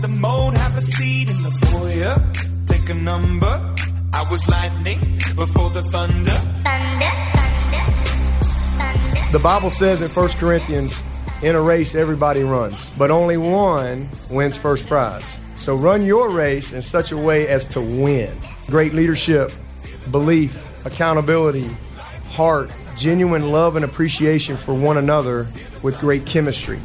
the mode, have a seat in the foyer. Take a number. I was lightning before the thunder. thunder, thunder, thunder. The Bible says in 1 Corinthians, in a race everybody runs, but only one wins first prize. So run your race in such a way as to win. Great leadership, belief, accountability, heart, genuine love and appreciation for one another with great chemistry.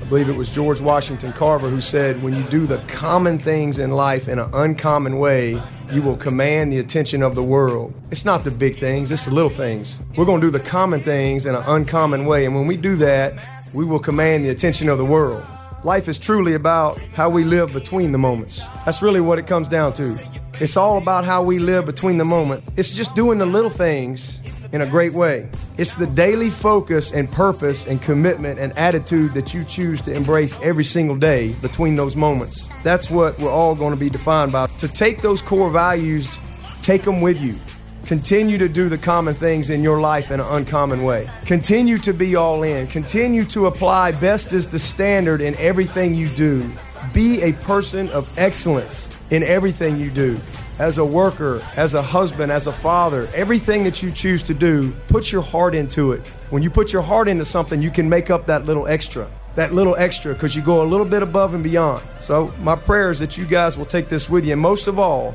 I believe it was George Washington Carver who said, When you do the common things in life in an uncommon way, you will command the attention of the world. It's not the big things, it's the little things. We're going to do the common things in an uncommon way. And when we do that, we will command the attention of the world. Life is truly about how we live between the moments. That's really what it comes down to. It's all about how we live between the moment. It's just doing the little things in a great way. It's the daily focus and purpose and commitment and attitude that you choose to embrace every single day between those moments. That's what we're all going to be defined by. To take those core values, take them with you. Continue to do the common things in your life in an uncommon way. Continue to be all in. Continue to apply best as the standard in everything you do. Be a person of excellence in everything you do. As a worker, as a husband, as a father, everything that you choose to do, put your heart into it. When you put your heart into something, you can make up that little extra, that little extra, because you go a little bit above and beyond. So, my prayer is that you guys will take this with you. And most of all,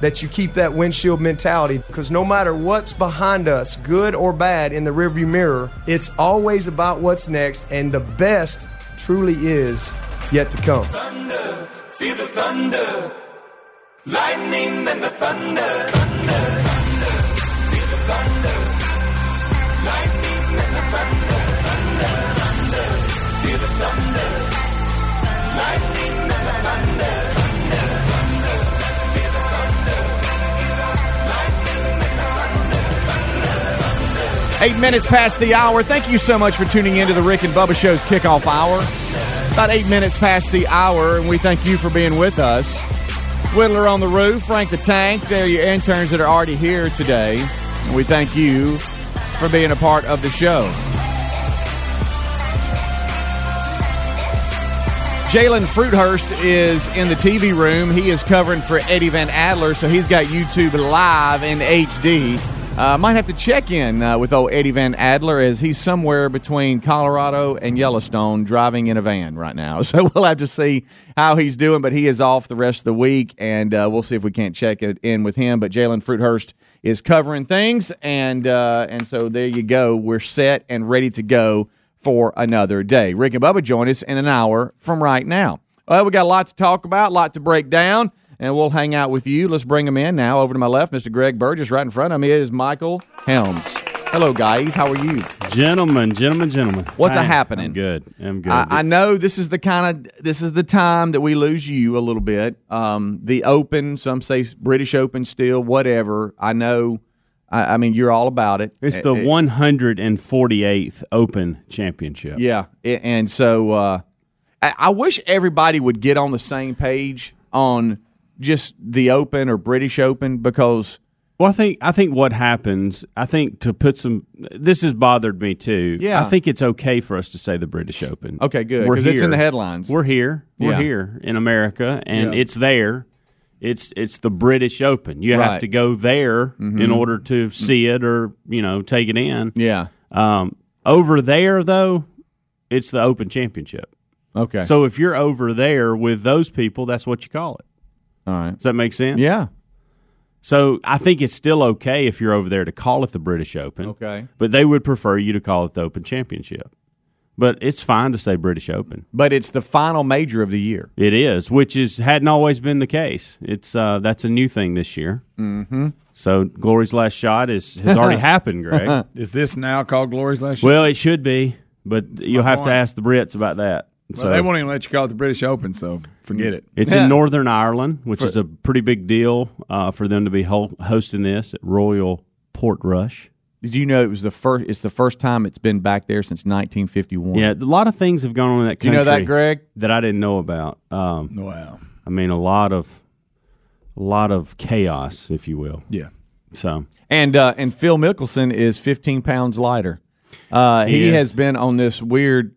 that you keep that windshield mentality because no matter what's behind us, good or bad, in the rearview mirror, it's always about what's next, and the best truly is yet to come. Feel the thunder. Lightning and the thunder. Thunder, thunder. Feel the thunder. Lightning and the thunder. Thunder, thunder. Feel the thunder. Lightning and the thunder. Thunder, thunder. Feel the thunder. Lightning and the thunder. Thunder, thunder. Eight minutes past the hour. Thank you so much for tuning in to the Rick and Bubba Show's kickoff hour. About eight minutes past the hour, and we thank you for being with us. Whittler on the roof, Frank the Tank, they're your interns that are already here today. And we thank you for being a part of the show. Jalen Fruithurst is in the TV room. He is covering for Eddie Van Adler, so he's got YouTube live in HD. Uh, might have to check in uh, with old Eddie Van Adler as he's somewhere between Colorado and Yellowstone driving in a van right now. So we'll have to see how he's doing, but he is off the rest of the week, and uh, we'll see if we can't check it in with him. But Jalen Fruithurst is covering things, and uh, and so there you go. We're set and ready to go for another day. Rick and Bubba join us in an hour from right now. Well, we got a lot to talk about, a lot to break down, and we'll hang out with you. Let's bring him in now. Over to my left, Mr. Greg Burgess, right in front of me is Michael Helms. Hello, guys. How are you? Gentlemen, gentlemen, gentlemen. What's I- happening? I'm good. I'm good. I, I know this is the kind of this is the time that we lose you a little bit. Um, the Open, some say British Open, still whatever. I know. I, I mean, you're all about it. it's the Eh, eh, 148th Open Championship. Yeah, a- and so uh, I, I wish everybody would get on the same page on just the Open or British Open because Well, I think I think what happens, I think to put some this has bothered me too. Yeah. I think it's okay for us to say the British Open. Okay, good, We're 'cause it's in here. the headlines. We're here. We're Yeah. here in America and Yeah. it's there. It's it's the British Open. You Right. Mm-hmm. have to go there in order to see it or, you know, take it in. yeah, Um, over there though, it's the Open Championship. okay, So if you're over there with those people, that's what you call it. all right, Does that make sense? yeah, So I think it's still okay if you're over there to call it the British Open. Okay. But they would prefer you to call it the Open Championship. But it's fine to say British Open. but it's the final major of the year. It is, which is hadn't always been the case. It's uh, that's a new thing this year. Mm-hmm. So Glory's last shot is has already happened, Greg. Is this now called Glory's Last Year? well, it should be, but you'll have to point. ask the Brits about that. So they won't even let you call it the British Open, so forget it. It's Yeah. in Northern Ireland, which is a pretty big deal uh, for them to be ho- hosting this at Royal Portrush. Did you know it was the first? It's the first time it's been back there since 1951. Yeah, a lot of things have gone on in that Do you country. know that, Greg? That I didn't know about. Um, Wow. I mean, a lot of, a lot of chaos, if you will. Yeah. So And uh, and Phil Mickelson is 15 pounds lighter. Uh, he He is. has been on this weird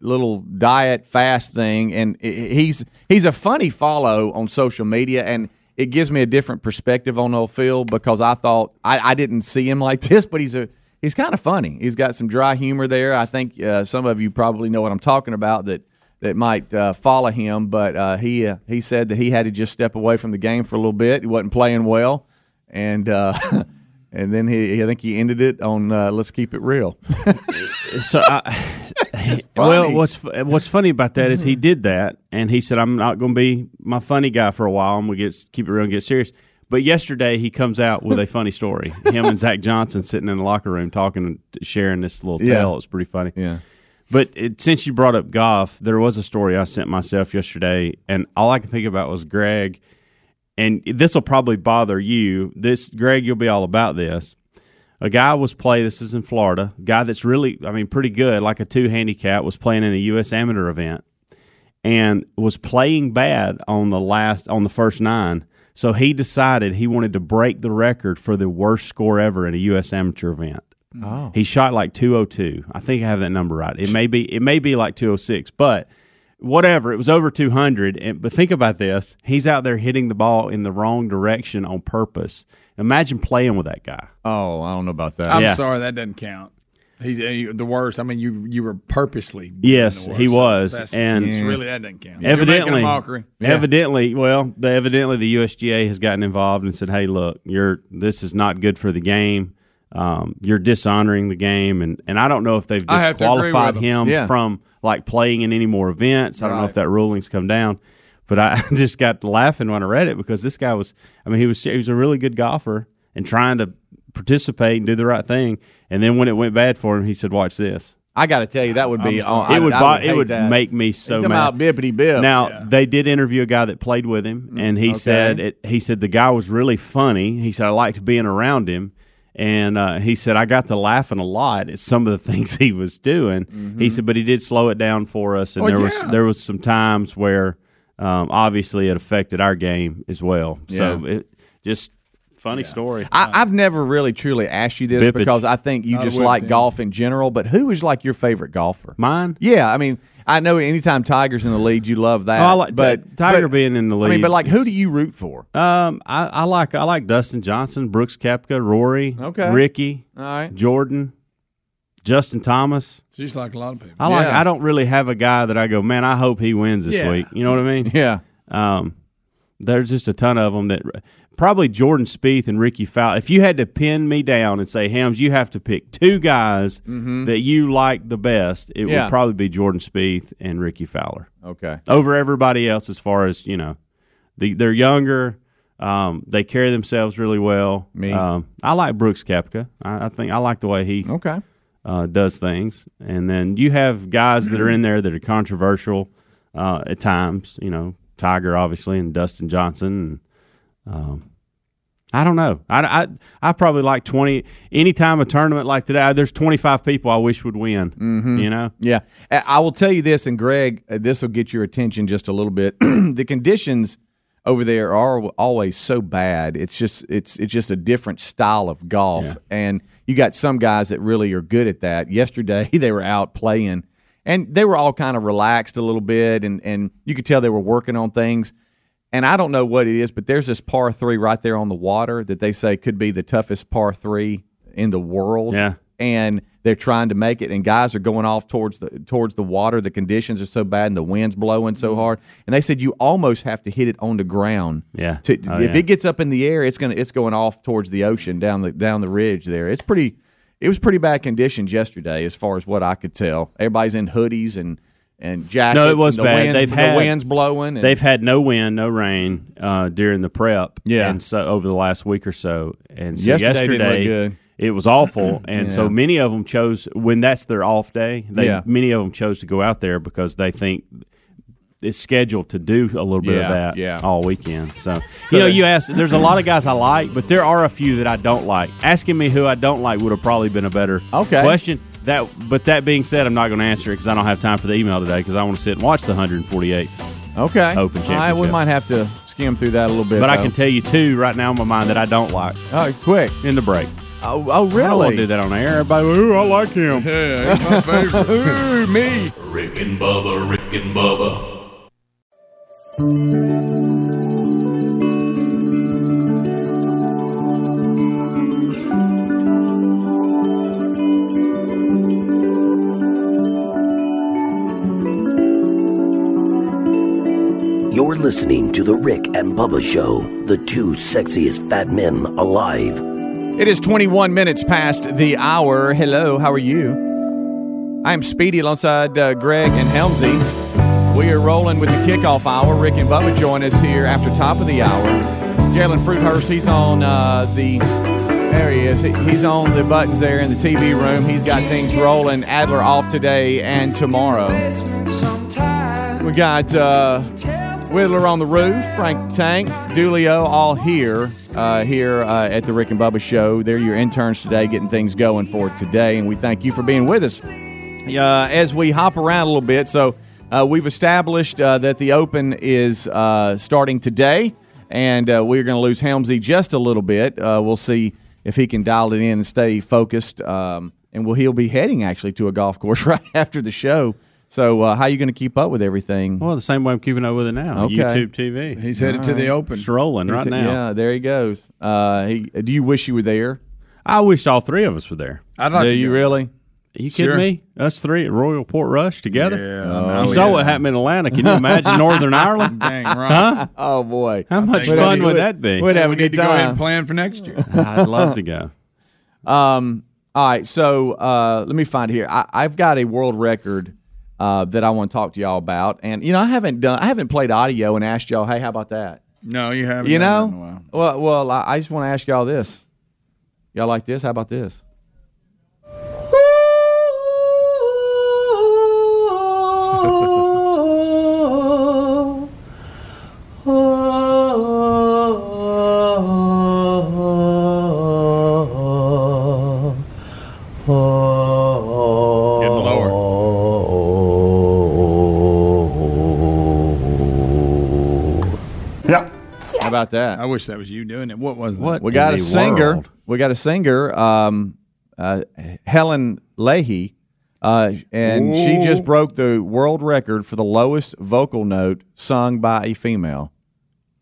little diet fast thing, and i- i- he's he's a funny follow on social media, and it gives me a different perspective on old Phil because I thought I, I didn't see him like this, but he's a he's kind of funny. He's got some dry humor there. I think uh, some of you probably know what I'm talking about that that might uh, follow him, but uh, he uh, he said that he had to just step away from the game for a little bit. He wasn't playing well, and. Uh, And then he, I think he ended it on uh, "Let's keep it real." So, I, well, what's fu- what's funny about that is Mm-hmm. he did that, and he said, "I'm not going to be my funny guy for a while. I'm going to get keep it real and get serious." But yesterday, he comes out with a funny story. Him and Zach Johnson sitting in the locker room talking, sharing this little Yeah. tale. It's pretty funny. But it, since you brought up golf, there was a story I sent myself yesterday, and all I could think about was Greg. And this will probably bother you. This Greg, you'll be all about this. A guy was play. This is in Florida. Guy that's really, I mean, pretty good, like a two handicap, was playing in a U.S. amateur event and was playing bad on the last on the first nine. So he decided he wanted to break the record for the worst score ever in a U.S. amateur event. Oh. He shot like 202. I think I have that number right. It may be it may be like 206, but whatever. It was over 200. And, but think about this: he's out there hitting the ball in the wrong direction on purpose. Imagine playing with that guy. Oh, I don't know about that. I'm Yeah. sorry, that doesn't count. He's uh, the worst. I mean, you you were purposely. doing Yes, the worst. he was, That's- and- it's really that doesn't count. You're making a evidently, mockery. evidently, well, the, evidently the USGA has gotten involved and said, "Hey, look, you're this is not good for the game. Um, you're dishonoring the game." And and I don't know if they've I have to agree disqualified with him them. Yeah. from like playing in any more events. I don't know if that ruling's come down. But I just got to laughing when I read it because this guy was, I mean, he was he was a really good golfer and trying to participate and do the right thing. And then when it went bad for him, he said, "Watch this." I got to tell you, that would be. oh, I- it would, I bo- it hate would that. make me so Come out mad. bippity bip. Now they did interview a guy that played with him, and he said it, he said the guy was really funny. He said I liked being around him, and uh, he said I got to laughing a lot at some of the things he was doing. He said, but he did slow it down for us, and Oh, there yeah. was there was some times where um, obviously it affected our game as well. So it just funny story. I, I've never really truly asked you this Bippage. because I think you I just would like then. golf in general. But who is like your favorite golfer? Mine. Yeah, I mean, I know anytime Tiger's in the lead, you love that. Oh, I like but Ti- Tiger but- being in the I mean, lead but like, who is- do you root for? Um, I, I like I like Dustin Johnson, Brooks Kepka, Rory, Okay. Ricky, All right. Jordan, Justin Thomas. It's just like a lot of people. I like. Yeah. I don't really have a guy that I go, man. I hope he wins this Yeah. week. You know what I mean? Yeah. Um, there's just a ton of them that probably Jordan Spieth and Ricky Fowler. If you had to pin me down and say, Hams, you have to pick two guys that you like the best, it Mm-hmm. Yeah. would probably be Jordan Spieth and Ricky Fowler Okay. over everybody else as far as you know the, they're younger um, they carry themselves really well Me. um, i like brooks Koepka. I, I think i like the way he Okay. uh, does things and then you have guys that are in there that are controversial uh, at times you know tiger obviously and dustin johnson and um, I don't know. I, I, I probably like 20. Anytime a tournament like today, there's 25 people I wish would win. You know? Mm-hmm. Yeah. I I will tell you this, and Greg, uh, this will get your attention just a little bit. the conditions over there are al- always so bad. It's just it's it's just a different style of golf, and you got some guys that really are good at that. Yesterday they were out playing, and they were all kind of relaxed a little bit, and and you could tell they were working on things. And I don't know what it is, but there's this par three right there on the water that they say could be the toughest par three in the world Yeah. and they're trying to make it and guys are going off towards the towards the water the conditions are so bad and the wind's blowing so Mm-hmm. hard and they said you almost have to hit it on the ground Yeah. to, Oh, if yeah. it gets up in the air it's going to it's going off towards the ocean down the down the ridge there it's pretty it was pretty bad conditions yesterday as far as what i could tell everybody's in hoodies and and jackets No, it was and the bad. winds, They've the had- winds blowing and, They've had no wind, no rain uh, during the prep, Yeah. and so over the last week or so, and so Yesterday yesterday, didn't look good. it was awful, and so many of them chose when that's their off day. They, Yeah. many of them chose to go out there because they think it's scheduled to do a little bit Yeah, of that yeah. all weekend. So, you know, you asked. There's a lot of guys I like, but there are a few that I don't like. Asking me who I don't like would have probably been a better Okay. question. That, but that being said, I'm not going to answer it because I don't have time for the email today because I want to sit and watch the 148. okay Open all right we championship. might have to skim through that a little bit But I though. can tell you two right now in my mind that I don't like all right quick in the break. Oh, oh I don't want to do really? that on air. Everybody, ooh, I like him. Yeah, he's my favorite. Ooh, me. Rick and Bubba, Rick and Bubba. You're listening to The Rick and Bubba Show, the two sexiest fat men alive. It is 21 minutes past the hour. Hello, how are you? I am Speedy alongside uh, Greg and Helmsy. We are rolling with the kickoff hour. Rick and Bubba join us here after top of the hour. Jalen Fruithurst, he's on uh, the. There he is. He- He's on the buttons there in the TV room. He's got things rolling. Adler off today and tomorrow. We got uh, Whittler on the roof, Frank the Tank, Dulio, all here, uh, here uh, at the Rick and Bubba Show. They're your interns today, getting things going for today, and we thank you for being with us uh, as we hop around a little bit. So uh, we've established uh, that the Open is uh, starting today, and uh, we're going to lose Helmsy just a little bit. Uh, we'll see if he can dial it in and stay focused. Um, and well, he'll be heading actually to a golf course right after the show. So uh, how are you going to keep up with everything? Well, the same way I'm keeping up with it now. Okay. YouTube TV. He's headed to the open. It's rolling right now. Yeah, there he goes. Uh, he, do you wish you were there? I wish all three of us were there. I'd like do to you go. really? Are you kidding Sure. me? Us three at Royal Port Rush together. Oh, Yeah, you saw what happened in Atlanta. Can you imagine Northern Ireland? Dang right. Oh boy, How much think fun we- would that be? we'd have we a need good to go ahead and time. plan for next year. I'd love to go. Um, All right, so uh, let me find here. I, I've got a world record uh, that I want to talk to y'all about, and you know I haven't done, I haven't played audio and asked y'all, hey, how about that? No, you haven't. You done that in a while. know, well, well, I, I just want to ask y'all this. Y'all like this? How about this? Getting lower. How about that? I wish that was you doing it. What was that? What? We got a in the singer. world? We got a singer, um, uh, Helen Leahy, uh, and she just broke the world record for the lowest vocal note sung by a female.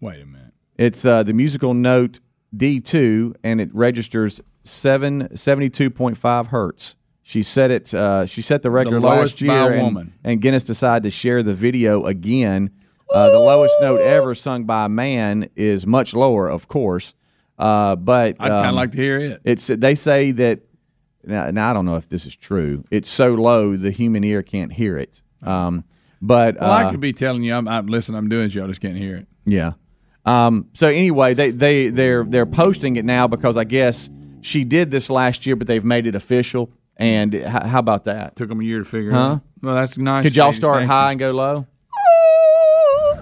Wait a minute. It's uh, the musical note D two, and it registers seven seventy two point five hertz. She set it. Uh, she set the record lowest last year, by a and, woman. and Guinness decided to share the video again. Uh, the lowest note ever sung by a man is much lower, of course, uh, but I'd kind of um, like to hear it. it's they say that now, now I don't know if this is true. It's so low the human ear can't hear it. Um, but Well, uh, I could be telling you, I'm, I'm listen, I'm doing it. Y'all just can't hear it. yeah. Um, so anyway, they they they're they're posting it now because I guess she did this last year, but they've made it official. And h- how about that? Took them a year to figure. Huh? it out. Well, that's nice. Could y'all Steve. start Thank high and go low? you.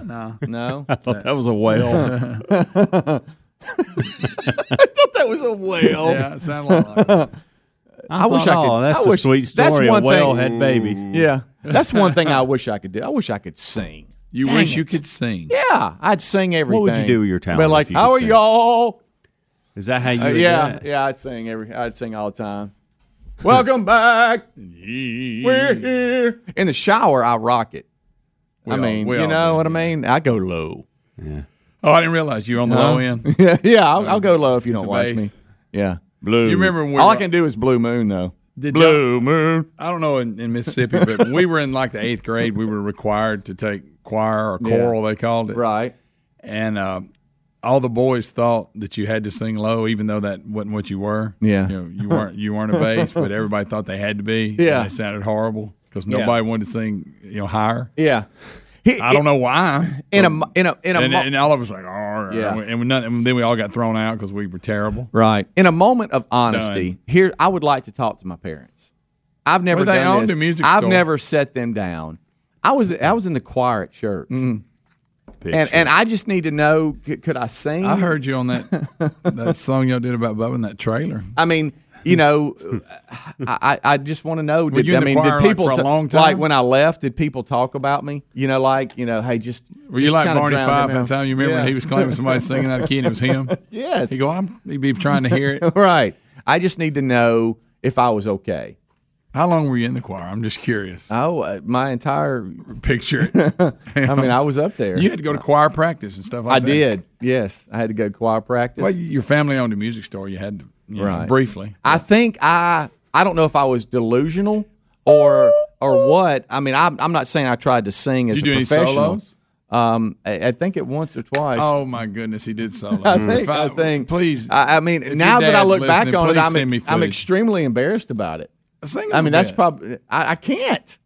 No. No, I thought that was a whale. that was a whale. Yeah, it sounded like that. I wish I could- Oh, that's I a wish- sweet that's story. one a whale thing- had babies. Yeah, that's one thing I wish I could do. I wish I could sing. You Dang wish it. you could sing. Yeah, I'd sing everything. would you do with your talent But if like, you could how are sing? y'all? Is that how you? Uh, would do yeah, that? yeah, I'd sing every, I'd sing all the time. Welcome back, we're here. In the shower, I rock it. I all- mean, we you all know do. what I mean. I go low. Oh, I didn't realize you were on the low end. yeah, yeah, I'll, I'll go low if you It's don't a watch me. bass. Yeah, blue. You remember when we all I were- can do is blue moon though. Did Blue moon. I don't know in, in Mississippi, but when we were in like the eighth grade. We were required to take choir or choral, they called it. Right. And uh, all the boys thought that you had to sing low, even though that wasn't what you were. Yeah. you, know, you weren't. You weren't a bass, but everybody thought they had to be. Yeah. and it sounded horrible because nobody wanted to sing. You know, higher. Yeah. He- I don't know why. In a in a in a and, mo- and all of us were like, oh, Yeah. and, we, none, and then we all got thrown out because we were terrible. Right. In a moment of honesty, Done. here I would like to talk to my parents. I've Well, never they done owned this. a music I've store. never set them down. I was I was in the choir at church, and and I just need to know could, could I sing? Mm-hmm. I heard you on that that song y'all did about Bubba in that trailer. I mean, you know, I, I I just want to know. Did, you in I the mean, choir, did like, people for a t- long like time? when I left? Did people talk about me? You know, like you know, hey, just Were you just like kinda Barney drowned Fife in that time? You remember Yeah. when he was claiming somebody singing out of key and it was him? Yes, He go, I'm, he'd be trying to hear it. right. I just need to know if I was okay. How long were you in the choir? I'm just curious. Oh, uh, my entire. Picture it. I mean, I was up there. You had to go to choir practice and stuff like I that. did. Yes, I had to go to choir practice. Well, your family owned a music store. You had to, you know, Right. briefly. I think I I don't know if I was delusional or or what. I mean, I'm, I'm not saying I tried to sing as Did you a do any professional. solos? Um, I, I think it once or twice. Oh my goodness, he did solo. I think. If I, think. Please, I, I mean, if your now that I dad's look back listening, on it, please I'm, send me I'm footage. extremely embarrassed about it. Sing a I mean, little that's bit. probably I, I can't.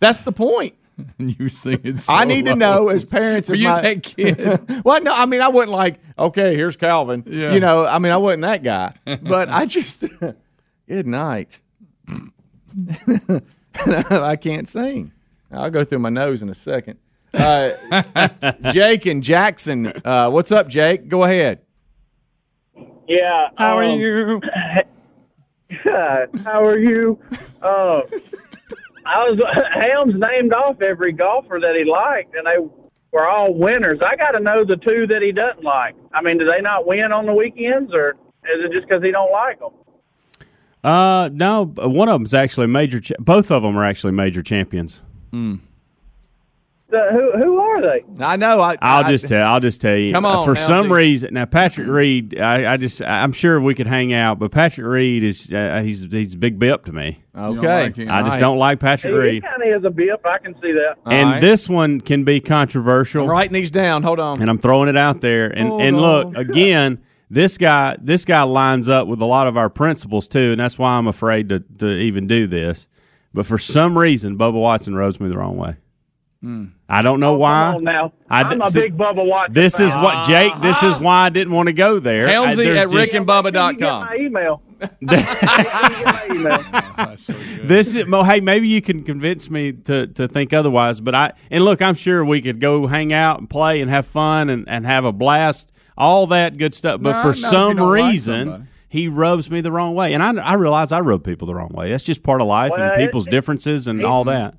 That's the point. And you sing it. I need to solo. know as parents. Were if you my, that kid? well, no, I mean, I wasn't like, okay, here's Calvin. Yeah. You know, I mean, I wasn't that guy. But I just, good night. I can't sing. I'll go through my nose in a second. Uh, Jake and Jackson, uh, what's up, Jake? Go ahead. Yeah. How are you? how are you? Uh, I was Helms named off every golfer that he liked, and they were all winners. I got to know the two that he doesn't like. I mean, do they not win on the weekends, or is it just because he don't like them? Uh, no, b- one of them's actually major. Cha- both of them are actually major champions. Hmm. The, who who are they? I know. I, I'll I- just tell. I'll just tell you. Come on For now, some dude. reason, now Patrick Reed. I, I just. I'm sure we could hang out, but Patrick Reed is. Uh, he's he's a big bip to me. don't Okay. like him. I just Right. don't like He, Patrick Reed. kind of is a bip. I can see that. And right. this one can be controversial. I'm writing these down. Hold on. and I'm throwing it out there. And Hold and on. look again, this guy this guy lines up with a lot of our principles too, and that's why I'm afraid to to even do this. But for some reason, Bubba Watson rubs me the wrong way. I don't know why. Hmm. Oh, Come on now. I I, d- am a see- big Bubba Watson. This is fan. Uh-huh. what Jake. This is why I didn't want to go there. I- Helmsy there's at just- Rick and Where did you get Bubba.com. my email. Where did you get my email? That's so good. This is well, hey, maybe you can convince me to, to think otherwise. But I and look, I'm sure we could go hang out and play and have fun and, and have a blast, all that good stuff. But No, for not if you some don't like reason, somebody. he rubs me the wrong way, and I, I realize I rub people the wrong way. That's just part of life Well, and it- people's differences and all that.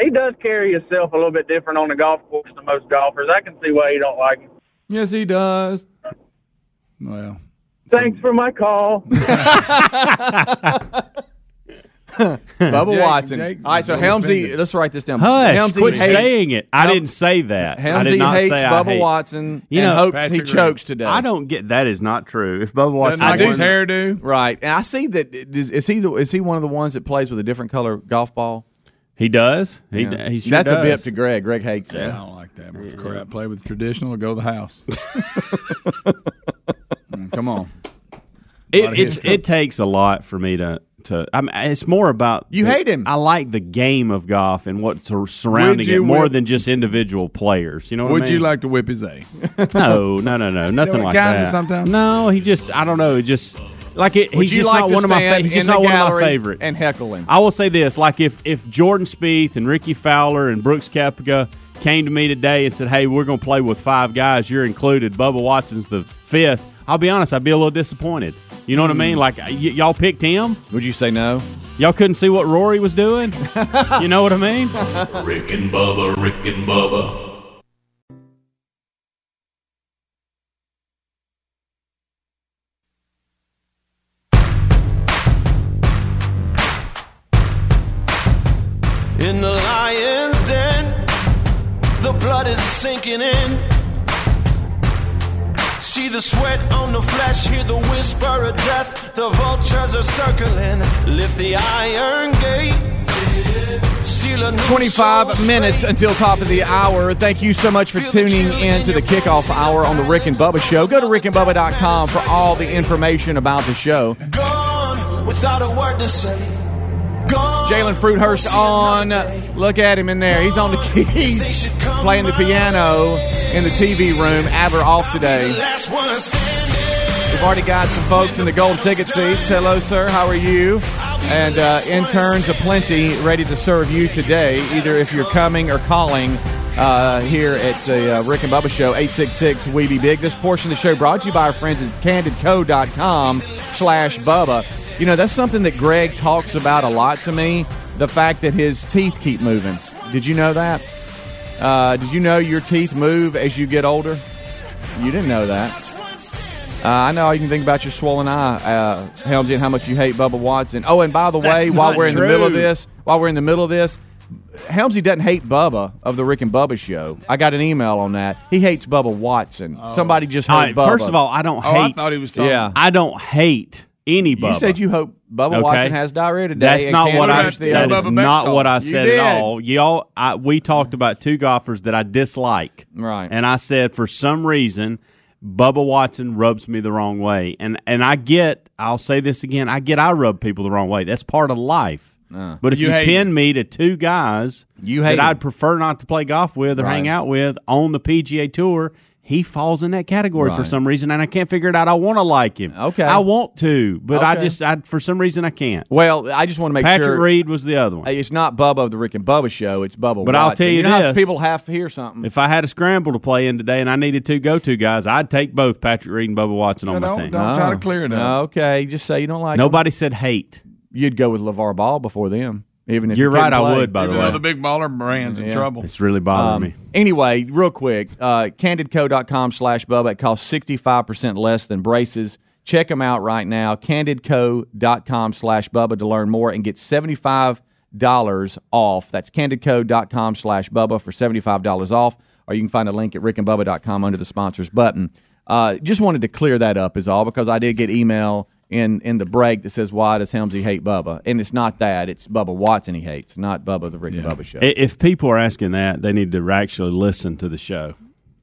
he does carry himself a little bit different on the golf course than most golfers. I can see why you don't like him. yes, he does. Well, Thanks for my call. Bubba Jake- Watson. Jake All right, so was Helmsy, offended. let's write this down. Hush! Helmsy quit hates- saying it. I Hel- didn't say that. I did Helmsy not hates say I Bubba hate. Watson. You You know, know- hopes he Patrick chokes today. I don't get that. Is not true. If Bubba Watson, doesn't like won- his hairdo. Right, and I see that is, is he the, is he one of the ones that plays with a different color golf ball? he does. He, he sure That's a does. bip to Greg. Greg hates I that. don't like that. With crap, play with traditional or go to the house. Mm, Come on. lot It, of it's history. it takes a lot for me to to. I mean, it's more about You hate him. I like the game of golf and what's sur- surrounding you it more whip- than just individual players. You know, what I Would you mean? like to whip his A? No, no, no, no, nothing Kinda like that. sometimes. no, he just I don't know. It just like it. Would he's you just like not to one of my. Fa- stand he's just in the not one of my gallery favorite. and heckle him? I will say this: like if if Jordan Spieth and Ricky Fowler and Brooks Koepka came to me today and said, "Hey, we're going to play with five guys. You're included. Bubba Watson's the fifth. I'll be honest. I'd be a little disappointed. You know what I mean? Like y- y'all picked him. Hmm. Would you say no? Y'all couldn't see what Rory was doing. you know what I mean? Rick and Bubba, Rick and Bubba. In the lion's den, the blood is sinking in. See the sweat on the flesh, hear the whisper of death. The vultures are circling. Lift the iron gate. Seal a new 25 soul's minutes fate. until top of the hour. Thank you so much for tuning in to the kickoff hour on the Rick and Bubba Show. Go to rickandbubba.com for all the information about the show. Gone without a word to say. Gone. Jalen Fruithurst on. Look at him in there. He's on the keys, playing the piano in the TV room. Adler off today. Last one standing. We've already got some folks in the gold ticket seats. Hello, sir. How are you? And uh, interns aplenty ready to serve you today, either if you're coming or calling uh, here at the uh, Rick and Bubba Show, 866 We Be Big. This portion of the show brought to you by our friends at candidco.com slash Bubba. You know, that's something that Greg talks about a lot to me, the fact that his teeth keep moving. Did you know that? Uh, did you know your teeth move as you get older? You didn't know that. Uh, I know all you can think about your swollen eye, uh, Helmsy, and how much you hate Bubba Watson. Oh, and by the way, That's while not we're in the middle of true. this, while we're in the middle of this, Helmsy doesn't hate Bubba of the Rick and Bubba show. I got an email on that. He hates Bubba Watson. Somebody just Oh. All right, hate Bubba. first of all, I don't Oh, I hate. thought he was talking. Yeah. I don't hate any you Bubba. said you hope Bubba Okay. Watson has diarrhea today. That's and not can't what I. finish understand the That episode. is Bubba not Bechtel. what I You said did. at all. Y'all, I, we talked about two golfers that I dislike, Right. And I said for some reason, Bubba Watson rubs me the wrong way, and and I get. I'll say this again. I get. I rub people the wrong way. That's part of life. But if You you, hate pin me to two guys You hate that 'em. I'd prefer not to play golf with or hang Right. out with on the PGA Tour, he falls in that category for Right. some reason, and I can't figure it out. I want to like him. Okay. I want to, but I Okay. just I, for some reason I can't. Well, I just want to make Patrick sure. Reed was the other one. Hey, It's not Bubba of the Rick and Bubba show. It's Bubba. But Watson. I'll tell you know how this. people have to hear something. If I had a scramble to play in today and I needed two go-to guys, I'd take both Patrick Reed and Bubba Watson on No, my Oh. don't- team. don't. I'm Oh. trying to clear it up. Okay, just say you don't like. Nobody. Nobody said hate. You'd go with Levar Ball before them, even if You're you couldn't right. I play. would. By the Even though way, the big baller brand's in Yeah. trouble. it's really bothering me. Um, Anyway, real quick, uh, candidco.com slash Bubba. It costs 65% less than braces. Check them out right now. Candidco.com slash Bubba to learn more and get $75 off. That's candidco.com slash Bubba for $75 off. Or you can find a link at rickandbubba.com under the sponsors button. Uh, just wanted to clear that up is all because I did get email in in the break that says why does Helmsy hate Bubba and it's not that it's Bubba Watson he hates not Bubba the Rick and Bubba show. I- If people are asking that, they need to actually listen to the show.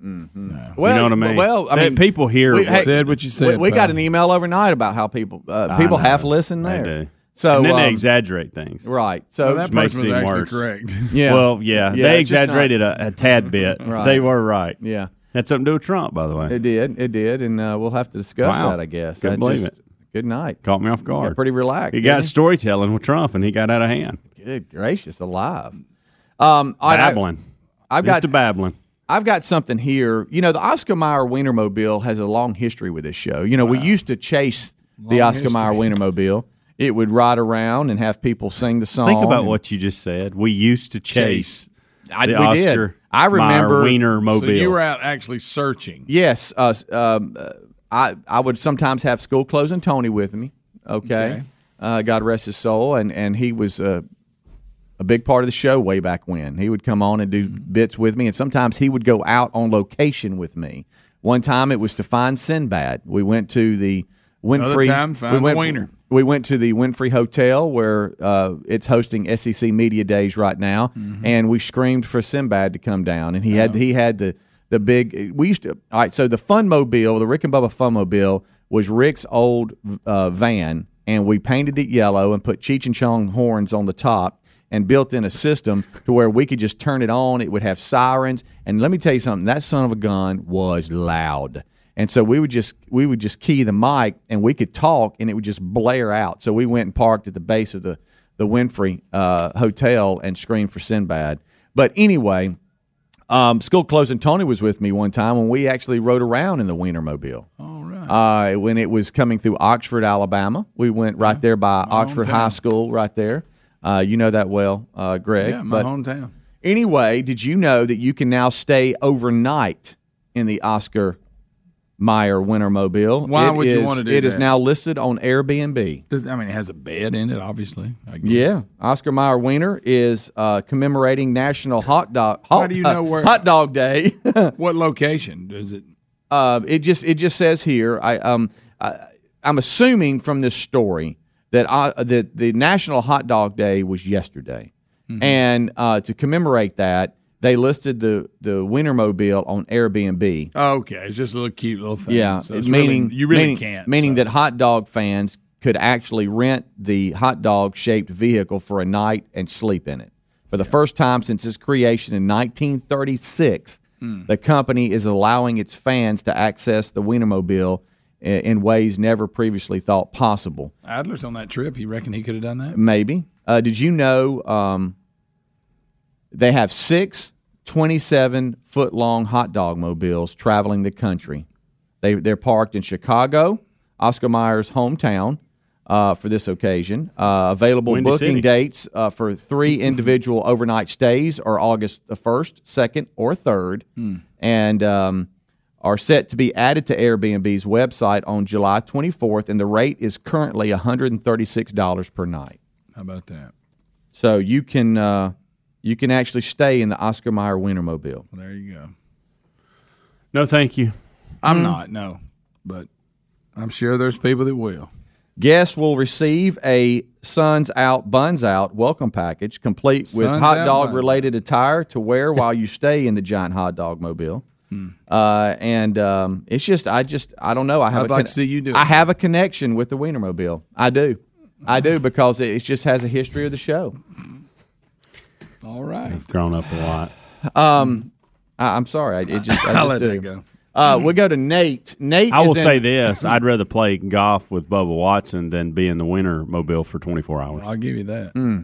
Mm-hmm. Well, know what I mean? Well, I That mean, people hear we, what- Said what you we- said. We, got pal. an email overnight about how people uh, people know. half listen They there. do. So and then they um, exaggerate things. right. So Well, that makes person was it actually worse. correct. yeah. Well, yeah, Yeah, they it's just exaggerated a, a tad bit. Right. They were right. yeah, Had something to do with Trump, by the way. it did. It did, and uh, we'll have to discuss Wow. that. I guess. Couldn't I believe it. Good night. Caught me off guard. Got pretty relaxed. He didn't got storytelling with Trump, and he got out of hand. Good gracious, alive. Um, all right, Babbling. I, I've Just got a babbling. I've got something here. You know, the Oscar Mayer Wienermobile has a long history with this show. You know, we used to chase the Oscar Mayer Wienermobile. It would ride around and have people sing the song. Think about and- what you just said. We used to chase. I, the we Oscar. did. I remember. Wiener Mobile. so you were out actually searching. Yes, uh, s- um, uh, I I would sometimes have school clothes and Tony with me. Okay, Uh, God rest his soul, and and he was uh, a big part of the show way back when. He would come on and do Mm-hmm. bits with me, and sometimes he would go out on location with me. One time it was to find Sinbad. We went to the Another Winfrey. time, find we went, the wiener. We went to the Winfrey Hotel where uh, it's hosting SEC Media Days right now, and we screamed for Sinbad to come down, and he had he had the the big we used to all right. So the Fun Mobile, the Rick and Bubba Fun Mobile, was Rick's old uh, van, and we painted it yellow and put Cheech and Chong horns on the top. And built in a system to where we could just turn it on. It would have sirens, and let me tell you something. That son of a gun was loud. And so we would just we would just key the mic and we could talk and it would just blare out. So we went and parked at the base of the the Winfrey uh, Hotel and screamed for Sinbad. But anyway, um, school closing Tony was with me one time when we actually rode around in the Wienermobile. All right. Uh, when it was coming through Oxford, Alabama, we went right there by Oxford High School, right there. Uh, you know that well, uh, Greg. Yeah, my but hometown. Anyway, did you know that you can now stay overnight in the Oscar Mayer Wintermobile? Why It would you is- wanna do It is that? now listed on Airbnb. Does, I mean, it has a bed in it, obviously. I guess. Yeah, Oscar Mayer Wiener is uh, commemorating National Hot Dog Hot, do you uh, know where- Hot Dog Day. What location does it? uh, it just it just says here. I um I, I'm assuming from this story that I, that the National Hot Dog Day was yesterday, Mm-hmm. and uh, to commemorate that, they listed the the Wintermobile on Airbnb. Okay, it's just a little cute little thing. Yeah, so it's meaning really, you really meaning, can't. Meaning so. that hot dog fans could actually rent the hot dog shaped vehicle for a night and sleep in it. For the first time since its creation in 1936, Hmm. the company is allowing its fans to access the Wienermobile i- in ways never previously thought possible. Adler's on that trip. He reckoned he could have done that. Maybe. Uh, did you know um, they have six 27 foot long hot dog mobiles traveling the country? They, they're parked in Chicago, Oscar Mayer's hometown, uh, for this occasion. Uh, available Windy booking City. dates uh, for three individual Hmm. overnight stays are August the 1st, 2nd, or 3rd. And um, are set to be added to Airbnb's website on July 24th, and the rate is currently $136 per night. How about that? So you can uh, you can actually stay in the Oscar Mayer Wintermobile. Well, there you go. No, thank you. Mm. I'm not, no. But I'm sure there's people that will. Guests will receive a Suns Out Buns Out welcome package, complete with Suns hot Out, dog Buns related attire to wear while you stay in the giant hot dog mobile. Uh, and um, it's just, I just, I don't know. I have I'd a like to see you do I it. have a connection with the Wienermobile. I do, I do because it, it just has a history of the show. All right. Grown up a lot. Um, I, I'm sorry, I, it just, I I'll just let do. that go. Uh, we go to Nate. Nate, I will is in- say this: I'd rather play golf with Bubba Watson than be in the winter mobile for 24 hours. I'll give you that. Hmm.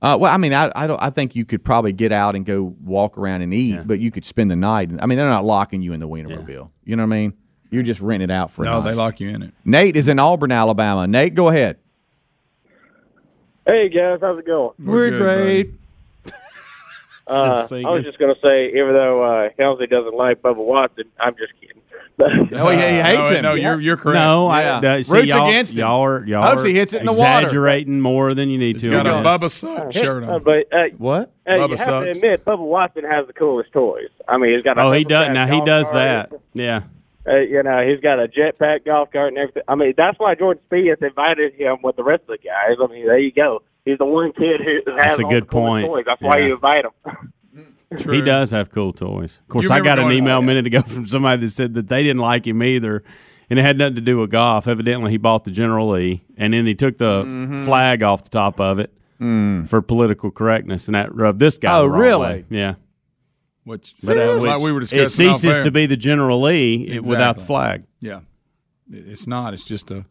Uh, well, I mean, I, I don't. I think you could probably get out and go walk around and eat, but you could spend the night. I mean, they're not locking you in the Wienermobile. You know what I mean? You're just renting it out for. a No, night. they lock you in it. Nate is in Auburn, Alabama. Nate, go ahead. Hey guys, how's it going? We're good, great. Still Uh, singing. I was just gonna say, even though uh, Helmsley doesn't like Bubba Watson, I'm just kidding. Oh, yeah, he hates no, him. No, you're you're correct. Uh, no, I Yeah. uh, see, Roots y'all, against him. y'all are y'all Hopes are he hits it in the water. exaggerating more than you need to. He's got a on this. Bubba Suck shirt Uh, on. but uh, What? hey, you Bubba have to sucks. admit, Bubba Watson has the coolest toys. I mean, he's got a Oh, he Bubba does. Pack Now he golf does cart. that. Yeah. Uh, you know, he's got a jetpack golf cart and everything. I mean, that's why Jordan Spieth invited him with the rest of the guys. I mean, there you go. He's the one kid who has That's a all good the coolest point. toys. That's why Yeah. you invite him. True. He does have cool toys. Of course, You I remember got an going- email a minute ago from somebody that said that they didn't like him either, and it had nothing to do with golf. Evidently, he bought the General Lee, and then he took the Mm-hmm. flag off the top of it Mm. for political correctness, and that rubbed this guy. Oh, the wrong really? way. Yeah. Which, uh, like which- we were discussing. it ceases off air. to be the General Lee it- without the Exactly. flag. Yeah, It- it's not. It's just a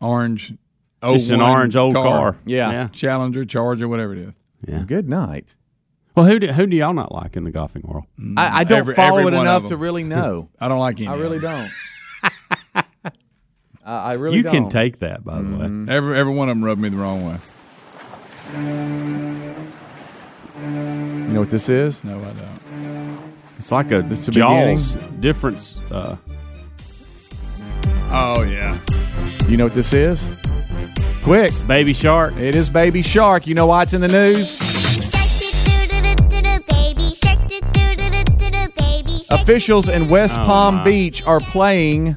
orange. It's an 01 orange old car. Yeah. Challenger, Charger, whatever it is. Good night. Well, who do, who do y'all not like in the golfing world? Mm. I, I don't Every- follow every it one enough of to them. really know. I don't like any. I of really them. don't. I, I really You don't. Mm-hmm. can take that, by the way. Mm-hmm. Every every one of them rubbed me the wrong way. You know what this is? No, I don't. It's like a the Jaws difference. Uh, Oh yeah, You know what this is? Quick. baby shark. It is Baby Shark. You know why it's in the news? Officials in West Oh, Palm my. Beach are playing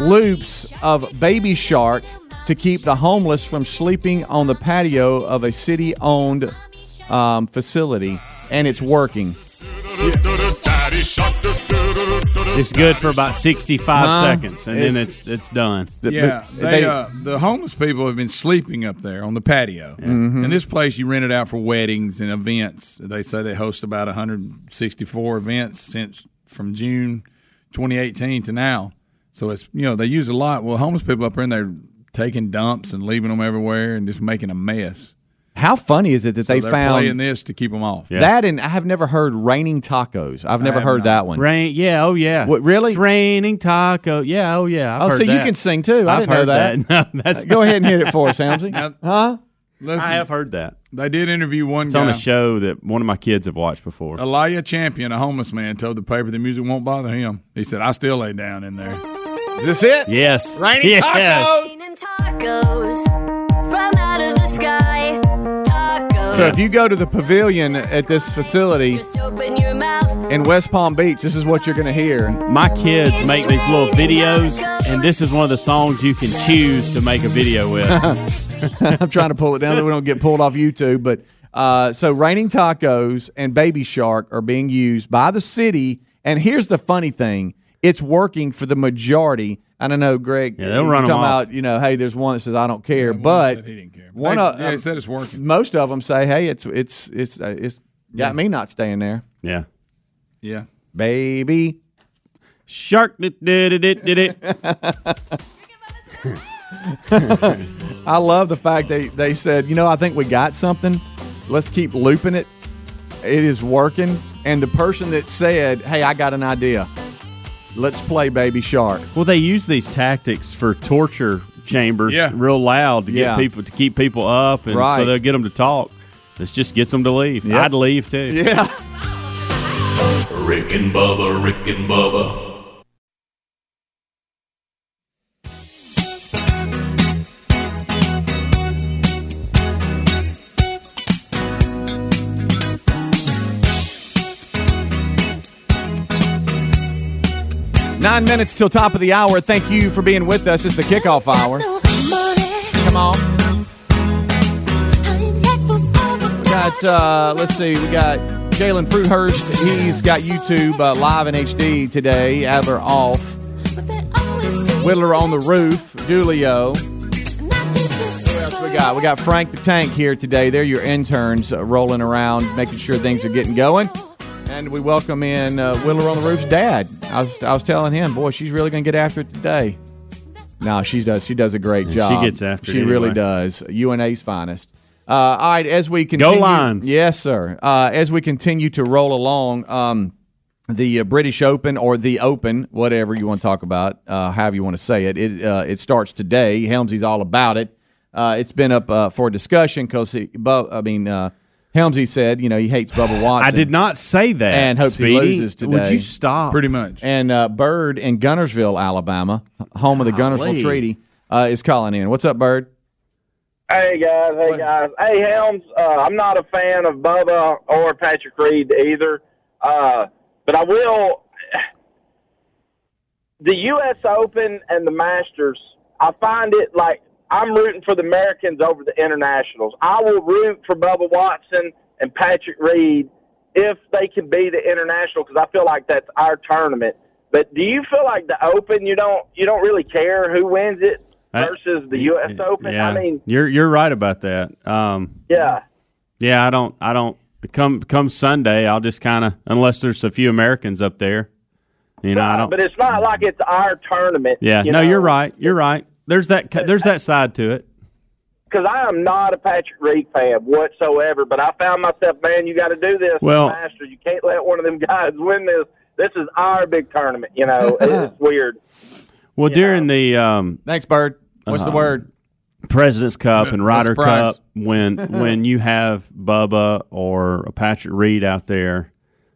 loops of Baby Shark to keep the homeless from sleeping on the patio of a city owned um, facility, and it's working. It's good for about 65 Huh? seconds, and then it's it's done. The- yeah. but They, uh, the homeless people have been sleeping up there on the patio. Mm-hmm. Mm-hmm. And this place you rent it out for weddings and events. They say they host about 164 events since from June 2018 to now. So it's you know they use a lot. Well, homeless people up there and they're taking dumps and leaving them everywhere and just making a mess. how funny is it that So they they're playing found this to keep them off. Yeah. that? And I have never heard raining tacos. I've never have heard not. that one. Rain, yeah, oh yeah. What, really? It's raining taco. Yeah, oh yeah. I've oh, heard so you that. can sing too. I I've didn't know heard that. Uh, No, that's Go ahead and hit it for us, Helmsy. Now- huh? Listen, I have heard that. they did interview one It's guy. on a show that one of my kids have watched before. Elia Champion, a homeless man, told the paper the music won't bother him. He said, "I still lay down in there." Is this it? Yes. Raining yes. tacos. Tacos from out of the sky. Tacos. So if you go to the pavilion at this facility Just open your mouth. in West Palm Beach, this is what you're going to hear. My kids make these little videos, and this is one of the songs you can choose to make a video with. I'm trying to pull it down so we don't get pulled off YouTube. But uh, so raining tacos and baby shark are being used by the city. And here's the funny thing: it's working for the majority. I don't know, Greg. Yeah, they'll you run 'em talking off. about you know, hey, there's one that says I don't care, One but said he didn't care. one They- of- yeah, um, he said it's working. most of them say, hey, it's it's it's uh, it's got me not staying there, yeah. Yeah. baby. Shark did it, did it, did it. I love the fact they they said, you know, I think we got something. Let's keep looping it. It is working. And the person that said, "Hey, I got an idea. Let's play Baby Shark." Well, they use these tactics for torture chambers Yeah. real loud to get Yeah. people to keep people up, and Right. so they'll get them to talk. This just gets them to leave. Yep. I'd leave too. Yeah. Rick and Bubba, Rick and Bubba. Nine minutes till top of the hour. Thank you for being with us. It's the kickoff hour. Come on. We got, uh, let's see, we got Jalen Fruithurst. He's got YouTube uh, live in HD today. Adler off. Whittler on the roof. Julio. We got we got Frank the Tank here today. They're your interns uh, rolling around, making sure things are getting going. And we welcome in uh, Whittler on the Roof's dad. I was, I was telling him, boy, she's really going to get after it today. No, she does. She does a great Yeah, she job. gets after it She really anyway. does. UNA's finest. Uh, all right, as we continue, Lions. Yes, sir. Uh, as we continue to roll along, um, the uh, British Open or the Open, whatever you want to talk about, uh, however you want to say it, it uh, it starts today. Helmsy's all about it. Uh, it's been up uh, for discussion because I mean, uh, Helmsy said, you know, he hates Bubba Watson. I did not say that. And hopes he Speedy. loses today. Would you stop? Pretty much. And uh, Bird in Gunnersville, Alabama, home of the Gunnersville Golly. Treaty, uh, is calling in. What's up, Bird? Hey guys, hey guys, hey Helms. Uh, I'm not a fan of Bubba or Patrick Reed either, uh, but I will. The U.S. Open and the Masters, I find it like I'm rooting for the Americans over the internationals. I will root for Bubba Watson and Patrick Reed if they can be the international because I feel like that's our tournament. But do you feel like the Open you don't you don't really care who wins it I- versus the U.S. Open? Yeah. I mean, you're you're right about that. Um, yeah. yeah, I don't. I don't. Come come Sunday, I'll just kind of unless there's a few Americans up there. You know, I don't. But it's not like it's our tournament. Yeah, you no, know? you're right. You're right. There's that. There's that side to it. Because I am not a Patrick Reed fan whatsoever. But I found myself, man, you got to do this, Well- Master. You can't let one of them guys win this. This is our big tournament. You know, it's weird. Well, during the um, uh-huh. Thanks, Bird. What's the word? President's Cup and Ryder surprise. Cup, when when you have Bubba or a Patrick Reed out there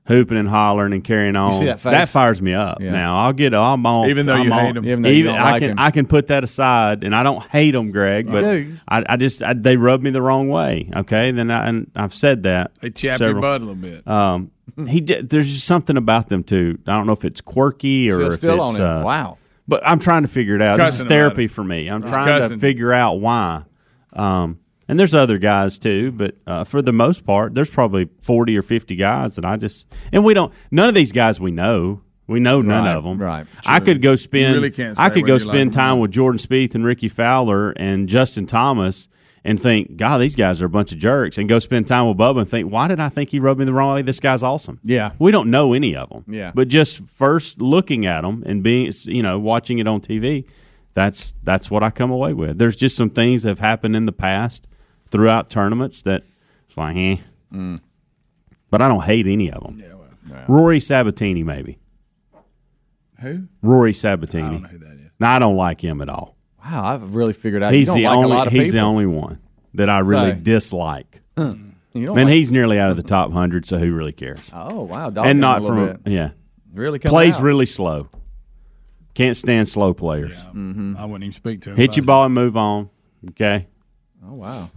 hooping and hollering and carrying on, see that face? fires me up. Now I'll get I'm on. Even though I'm you on- hate 'em. Even though you don't I like can 'em. I can put that aside, and I don't hate them, Greg. But I, do. I just I, they rub me the wrong way. Okay, then I, and I've said that. They chap your several- butt a little bit. Um, he did, there's just something about them too. I don't know if it's quirky or Still, if still it's on him. uh, wow. but I'm trying to figure it out. This cussing is about therapy it. for me. I'm trying to cussing. figure out why. Um, and there's other guys too, but uh, for the most part, there's probably 40 or 50 guys that I just and we don't. None of these guys we know. We know none Right, of them. right. I could go spend. really can't I say could go whether you like spend them or time with Jordan Spieth and Ricky Fowler and Justin Thomas. And think, God, these guys are a bunch of jerks. And go spend time with Bubba and think, why did I think he rubbed me the wrong way? This guy's awesome. Yeah. we don't know any of them. Yeah. but but just first looking at them and being you know watching it on TV, that's that's what I come away with. There's just some things that have happened in the past throughout tournaments that it's like, eh. Mm. But I don't hate any of them. Rory Sabatini, maybe Who? Rory Sabatini. I don't know who that is. No, I don't like him at all. Wow, I've really figured out. He's you don't the like only. a lot of he's people. the only one that I really So- dislike. Mm. You don't And like- he's nearly out of the top hundred, so who really cares? Oh wow, and not from a- yeah, really coming plays out. really slow. Can't stand slow players. I wouldn't even speak to him. Mm-hmm. Hit your about ball and move on. Okay. Oh wow. it.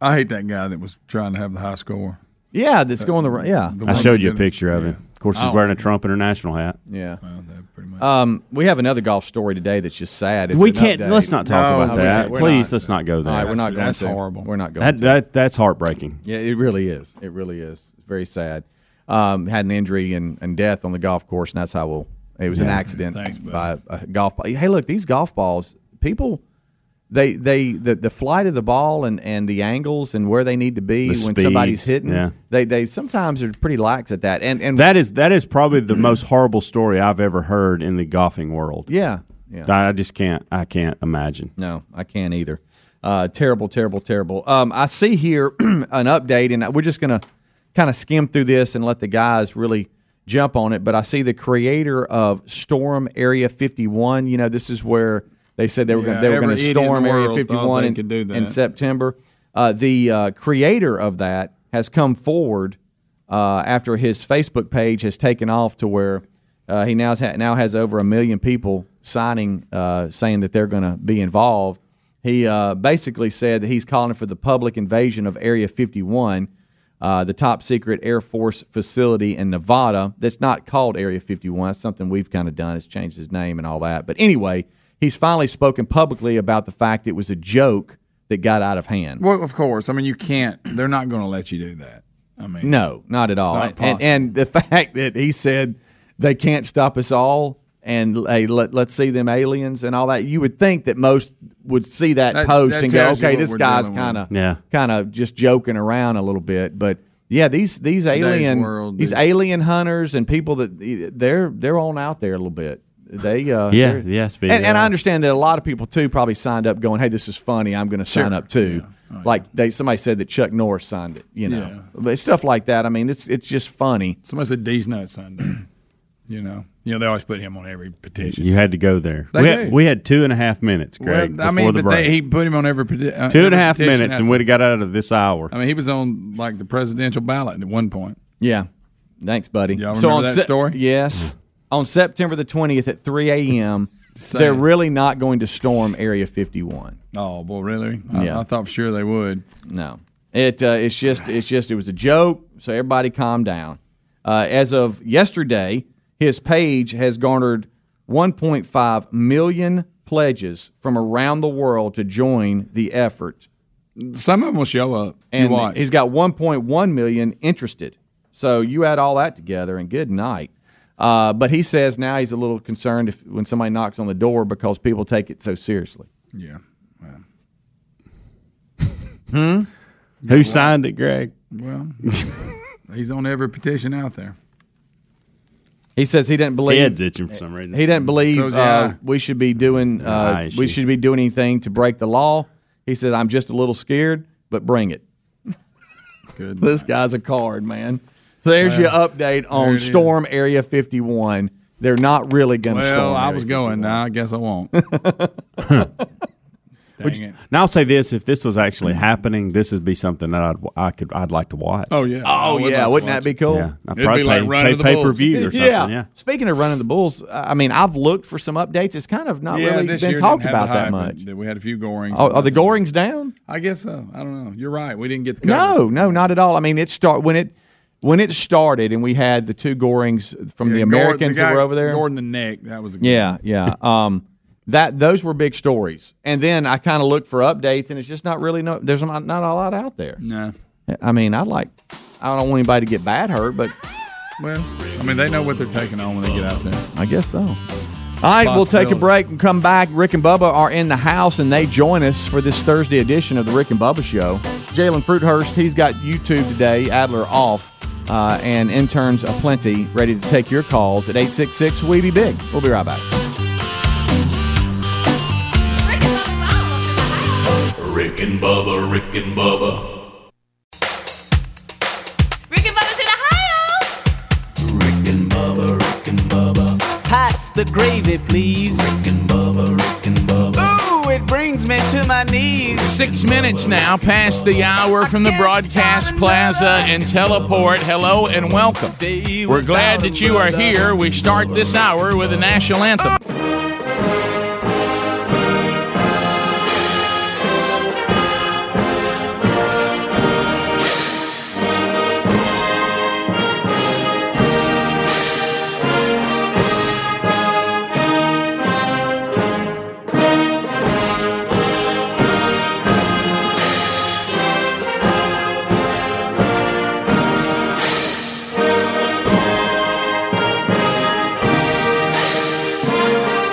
I hate that guy that was trying to have the high score. Yeah, that's going the right. Yeah, The I one showed that you a didn't- picture of yeah. him. Of course, I he's don't wearing a Trump international hat. yeah. Well, that pretty much. Um, we have another golf story today that's just sad. It's we an can't. update. Let's not talk No, about we that. can't. We're Please, not. let's not go there. All right, we're not going That's to. horrible. We're not going that, to. that that's heartbreaking. Yeah, it really is. It really is. It's very sad. Um, had an injury and, and death on the golf course, and that's how we'll. It was an accident Thanks, bud. by a golf ball. Hey, look, these golf balls, people, they they the, the flight of the ball and, and the angles and where they need to be The when somebody's speeds, hitting. yeah. They they sometimes are pretty lax at that. And and That is that is probably the most horrible story I've ever heard in the golfing world. yeah yeah. I I just can't. I can't imagine. No, I can't either. Uh, terrible, terrible, terrible. Um, I see here an update, and we're just going to kind of skim through this and let the guys really jump on it. But I see the creator of Storm Area 51. You know, this is where they said they were Yeah, gonna, they were every going to idiot in the storm Area world thought 51 they in, could do in that. September. Uh, the uh, creator of that has come forward uh, after his Facebook page has taken off to where uh, he now has, now has over a million people signing uh, saying that they're going to be involved. He uh, basically said that he's calling for the public invasion of Area 51, uh, the top secret Air Force facility in Nevada that's not called Area 51. It's something we've kind of done. It's changed his name and all that. But anyway, he's finally spoken publicly about the fact it was a joke that got out of hand. Well, of course. I mean, you can't. They're not going to let you do that. I mean, No, not at all. not And- and, and the fact that he said they can't stop us all and hey, let, let's see them aliens and all that, you would think that most would see that, That- post that and go, tells you okay, what this we're guy's dealing kind with. of Yeah. kind of just joking around a little bit, but. Yeah, these these alien world these is- alien hunters and people that they're they're on out there a little bit. They uh, Yeah, they're- yes, but and, and uh, yeah. I understand that a lot of people too probably signed up going, "Hey, this is funny. I'm going to sign up too." Oh, like they somebody said that Chuck Norris signed it, you know, but stuff like that. I mean, it's it's just funny. somebody said D's nuts Sunday. you know, you know they always put him on every petition. You had to go there. They We had, do. we had two and a half minutes, Greg, well, I before mean, the but break. they, he put him on every peti- uh, two and every a half petition minutes, after- and we'd have got out of this hour. I mean, he was on like the presidential ballot at one point. Yeah. Thanks, buddy. Y'all remember that story? Yes. On September the 20th at 3 a.m., Saying. they're really not going to storm Area 51. Oh boy, really? I, Yeah. I thought for sure they would. No, it uh, it's just it's just it was a joke. So everybody calm down. Uh, as of yesterday, his page has garnered 1.5 million pledges from around the world to join the effort, Some of them will show up. and you watch. he's got 1.1 million interested. So you add all that together, and good night. Uh, but he says now he's a little concerned if when somebody knocks on the door because people take it so seriously. yeah. Well, Who signed it, Greg? well he's on every petition out there. He says he didn't believe Head's itching for some reason. Mm-hmm. He doesn't believe So is the uh, eye. we should be doing eye uh, we issue. should be doing anything to break the law. He said, "I'm just a little scared, but bring it." Good. This guy's a card, man. There's your update there on it is. Storm Area 51. They're not really going to storm. Well, I Area was 51. going. Now I guess I won't. Dang it. Now I'll say this: if this was actually happening, this would be something that I'd I could I'd like to watch. Oh yeah. Oh yeah, wouldn't that be cool? yeah, I'd It'd be like Run pay of the pay Bulls. per view or something. Yeah. Speaking of running the bulls, I mean, I've looked for some updates. It's kind of not Yeah, really this been year talked didn't have the about that hype, much. Oh, but We had a few gorings. Are, are the Gorings down? I guess so. I don't know. You're right. We didn't get the No, coverage. no, not at all. I mean, it start when it when it started, and we had the two Gorings from the Yeah, Gord- Americans the guy- that were over there. Gordon the neck. That was a Yeah, yeah. Um, that those were big stories, and then I kind of looked for updates, and it's just not really no. There's not, not a lot out there. No. I mean, I like. I don't want anybody to get bad hurt, but Well, I mean, they know what they're taking on when they get out there. I guess so. All right, we'll take a Possibility. break and come back. Rick and Bubba are in the house, and they join us for this Thursday edition of the Rick and Bubba Show. Jalen Fruithurst, he's got YouTube today, Adler off, uh, and interns aplenty ready to take your calls at 866 Weeby E Big. We'll be right back. Rick and Bubba, Rick and Bubba, Rick and Bubba's in Ohio. Pass the gravy, please. Rick and Bubba, Rick and Bubba. Ooh, it brings me to my knees. Six minutes now past the hour from the broadcast plaza and teleport. Hello and welcome. We're glad that you are here. We start this hour with the national anthem. Rick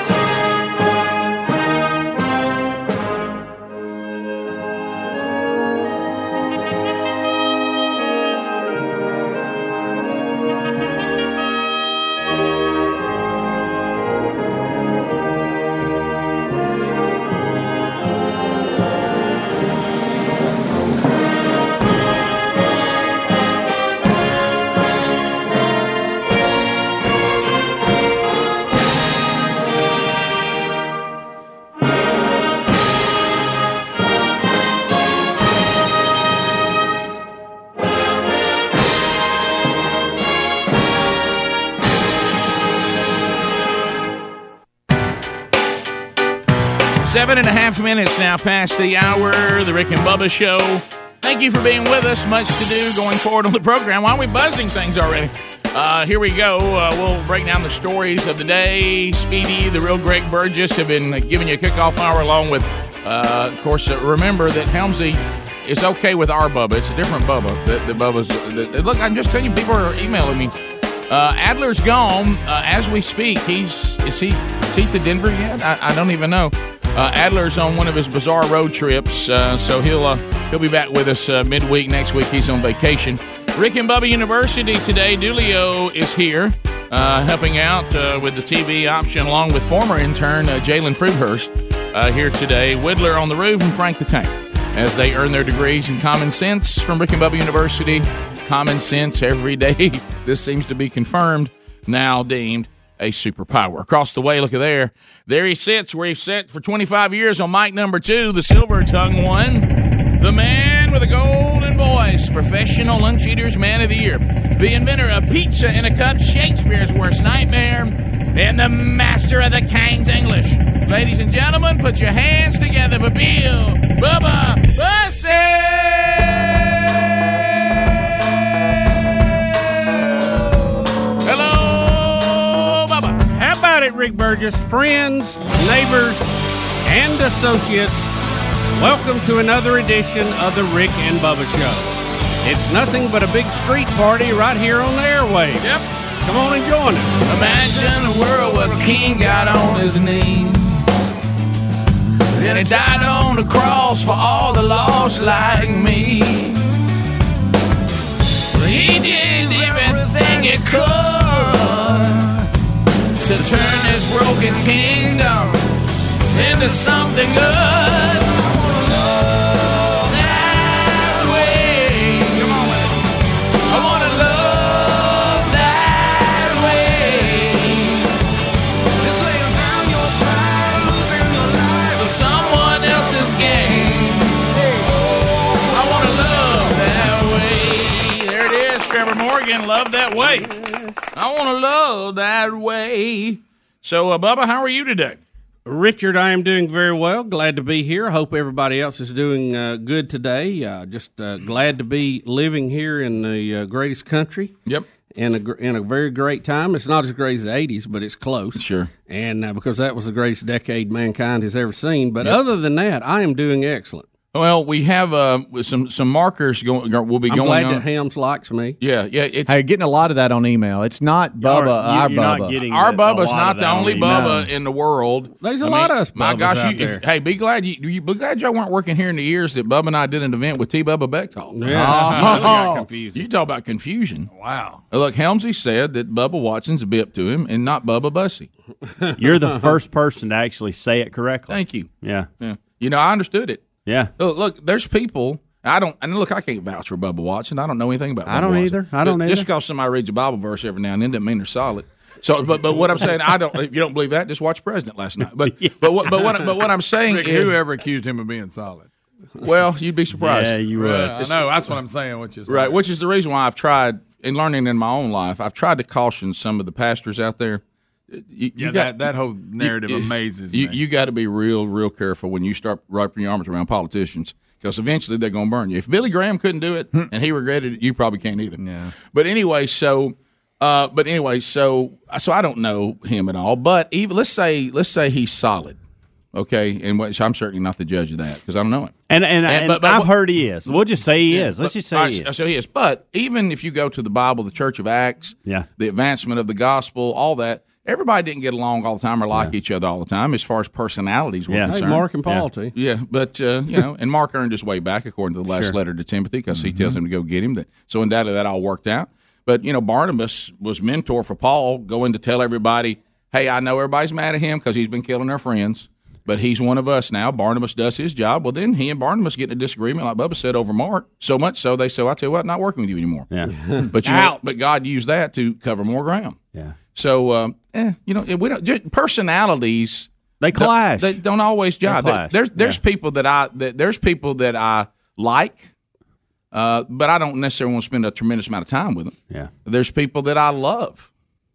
Seven and a half minutes now past the hour. The Rick and Bubba Show. Thank you for being with us. Much to do going forward on the program. Why are we buzzing things already? Uh, here we go. Uh, we'll break down the stories of the day. Speedy, the real Greg Burgess, have been giving you a kickoff hour along with, uh, of course, uh, remember that Helmsy is okay with our Bubba. It's a different Bubba. The, the Bubba's. The, look, I'm just telling you, people are emailing me. Uh, Adler's gone uh, as we speak. He's is he is he to Denver yet? I, I don't even know. Uh, Adler's on one of his bizarre road trips, uh, so he'll uh, he'll be back with us uh, midweek next week. He's on vacation. Rick and Bubba University today. Dulio is here uh, helping out uh, with the TV option, along with former intern uh, Jalen Fruithurst uh, here today. Whittler on the roof and Frank the Tank as they earn their degrees in common sense from Rick and Bubba University. Common sense every day. this seems to be confirmed now deemed a superpower. Across the way, look at there. There he sits where he's sat for 25 years on mic number two, the silver tongue one, the man with a golden voice, professional lunch eaters man of the year, the inventor of pizza in a cup, Shakespeare's worst nightmare, and the master of the King's English. Ladies and gentlemen, put your hands together for Bill Bubba Bussey! Hello, Bubba. How about it, Rick Burgess? Friends, neighbors, and associates, welcome to another edition of the Rick and Bubba Show. It's nothing but a big street party right here on the airwaves. Yep. Come on and join us. Imagine a world where a king got on his knees. Then he died on the cross for all the lost like me. He did everything he could to turn his broken kingdom into something good. I wanna love that way. I wanna love that way. Just laying down your pride, losing your life for someone else's game. I wanna love that way. There it is, Trevor Morgan. Love that way. I want to love that way. So, uh, Bubba, how are you today? Richard, I am doing very well. Glad to be here. Hope everybody else is doing uh, good today. Uh, just uh, glad to be living here in the uh, greatest country. Yep. In a, gr- in a very great time. It's not as great as the 80s, but it's close. Sure. And uh, because that was the greatest decade mankind has ever seen. But Yep. other than that, I am doing excellent. Well, we have uh, some some markers going. We'll be I'm going glad on. that Hams likes me. yeah, yeah. It's, Hey, getting a lot of that on email. It's not are- Bubba, you- our you're Bubba. not getting Our that- a Bubba's lot not of the that on only email. Bubba in the world. There's a a lot of us My Bubbas gosh, out you, if- there. hey, be glad you, you be glad y'all weren't working here in the years that Bubba and I did an event with T. Bubba Bechtel. Yeah. Oh. Really got you talk about confusion. Wow. Look, Helmsy said that Bubba Watson's a bip to him and not Bubba Bussy. You're the first person to actually say it correctly. Thank you. Yeah. Yeah. You know, I understood it. Yeah. Look, look, there's people. I don't, and look, I can't vouch for Bubba Watson. I don't know anything about. I Bubba don't Watson. either. I don't Ju- Just either. because somebody reads a Bible verse every now and then doesn't mean they're solid. So, but but what I'm saying, I don't. If you don't believe that, just watch President last night. But but what but what but what I'm saying Rick, is, whoever accused him of being solid. well, you'd be surprised. Well, I It's- know. That's what I'm saying. What you said. Right, which is the reason why I've tried in learning in my own life. I've tried to caution some of the pastors out there. You- you Yeah, that- that whole narrative amazes you, me. You got to be real, real careful when you start wrapping your arms around politicians because eventually they're going to burn you. If Billy Graham couldn't do Hmm. it and he regretted it, you probably can't either. Yeah. But anyway, so. Uh, but anyway, so so I don't know him at all. But even let's say let's say he's solid, okay. And which I'm certainly not the judge of that because I don't know him. And and, and I've heard he is. We'll just say he Yeah, is. Let's but- just say all right, he so- is. So he is. But even if you go to the Bible, the Church of Acts, Yeah. the advancement of the gospel, all that, everybody didn't get along all the time or like each other all the time as far as personalities were Yeah. Hey, concerned. Mark and Paul, Yeah. too. Yeah, but uh, you know, and Mark earned his way back according to the last Sure. letter to Timothy because Mm-hmm. he tells him to go get him. That so undoubtedly that all worked out. But you know, Barnabas was mentor for Paul, going to tell everybody, "Hey, I know everybody's mad at him because he's been killing their friends." But he's one of us now. Barnabas does his job. Well, then he and Barnabas get in a disagreement, like Bubba said, over Mark. So much so they say, well, "I tell you what, not working with you anymore." Yeah. But you, know, but God used that to cover more ground. Yeah. So, um, eh, you know, we don't ju- personalities. They clash. They don't always jive. They clash, There's there's people that I that there's people that I like, uh, but I don't necessarily want to spend a tremendous amount of time with them. Yeah. There's people that I love,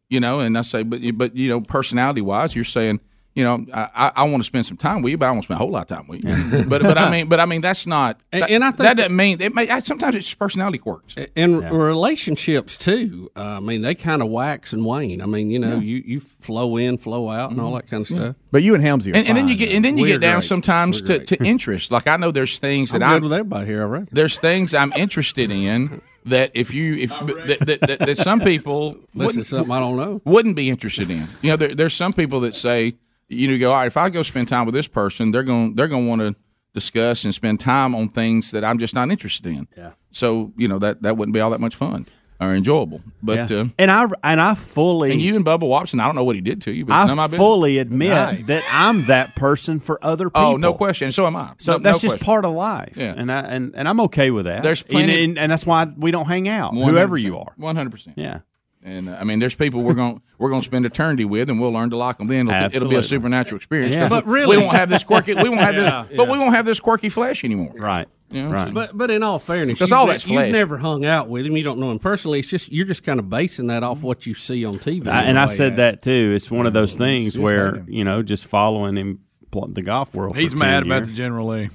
you know, and I say, but but you know, personality wise, you're saying you know, I, I, I want to spend some time with you, but I don't want to spend a whole lot of time with you. but but I mean, but I mean, that's not. And- that, and I think that that- doesn't mean it may. I, sometimes it's just personality quirks. in relationships too. Uh, I mean, they kind of wax and wane. I mean, you know, Yeah. Mm-hmm. you, you flow in, flow out, and all that kind of Yeah. stuff. But you and Helmsy are And, and then you fine. get and then you We're get down great. sometimes We're to, great. to interest. Like I know there's things that I'm I'm, good with everybody here. I reckon. there's things I'm interested in that if you if that, that, that, that some people Listen to wouldn't- something I don't know. wouldn't be interested in. You know, there, there's some people that say, you know, you go, all right, if I go spend time with this person, they're going they're going to want to discuss and spend time on things that I'm just not interested in. Yeah. So you know that that wouldn't be all that much fun or enjoyable. But Yeah. uh, and I and I fully and you and Bubba Watson, I don't know what he did to you, but it's none of my I business. fully admit Right. that I'm that person for other people. Oh, no question. And so am I. So No- that's no just question. part of life. Yeah. And I and, and I'm okay with that. There's and, plenty- and, and that's why we don't hang out, whoever you are. one hundred percent. Yeah. And uh, I mean, there's people we're going to we're going to spend eternity with, and we'll learn to like them. Then it'll, it'll be a Absolutely. supernatural experience. Yeah. 'cause But we- really- we won't have this quirky. We won't have Yeah. this. But we won't have this quirky flesh anymore. Right. You know what I'm saying? But but in all fairness, That's you've all ne- that's flesh. you've never hung out with him. You don't know him personally. It's just you're just kind of basing that off what you see on TV. I, and I said that too. It's one of those things just hate where him. you know just following him pl- the golf world. He's for mad 10 about years. the General Lee.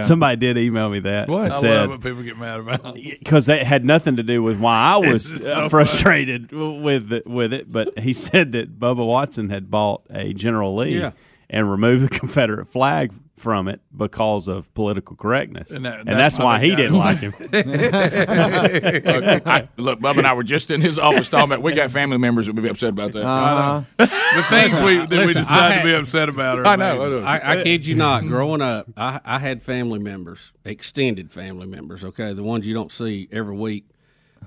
Somebody did email me that. What? and Mm. I said, love what people get mad about. because that had nothing to do with why I was It's uh, so frustrated with it- with it. But he said that Bubba Watson had bought a General Lee Yeah. and removed the Confederate flag from it because of political correctness, And and, that- that's that's, why why they he got didn't him. like him. look, I, look, Bubba and I were just in his office talking about. We got family members that would be upset about that. I know. Uh-huh. the things we that we Listen, decide I to be had- upset about are I know, amazing. know. I, I kid you not. Growing up, I, I had family members, extended family members. Okay, the ones you don't see every week,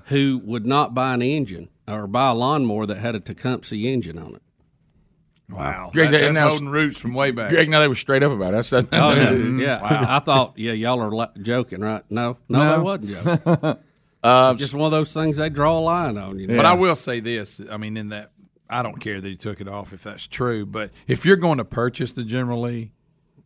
who would not buy an engine or buy a lawnmower that had a Tecumseh engine on it. Wow, Greg, That- and that's now- holding roots from way back. Greg, now they were straight up about it. I said, Oh yeah, yeah. I, I thought, yeah, y'all are la- joking, right? No, no, No. they wasn't joking. just one of those things they draw a line on. You know? Uh, But I will say this: I mean, in that, I don't care that he took it off if that's true. But if you're going to purchase the General Lee,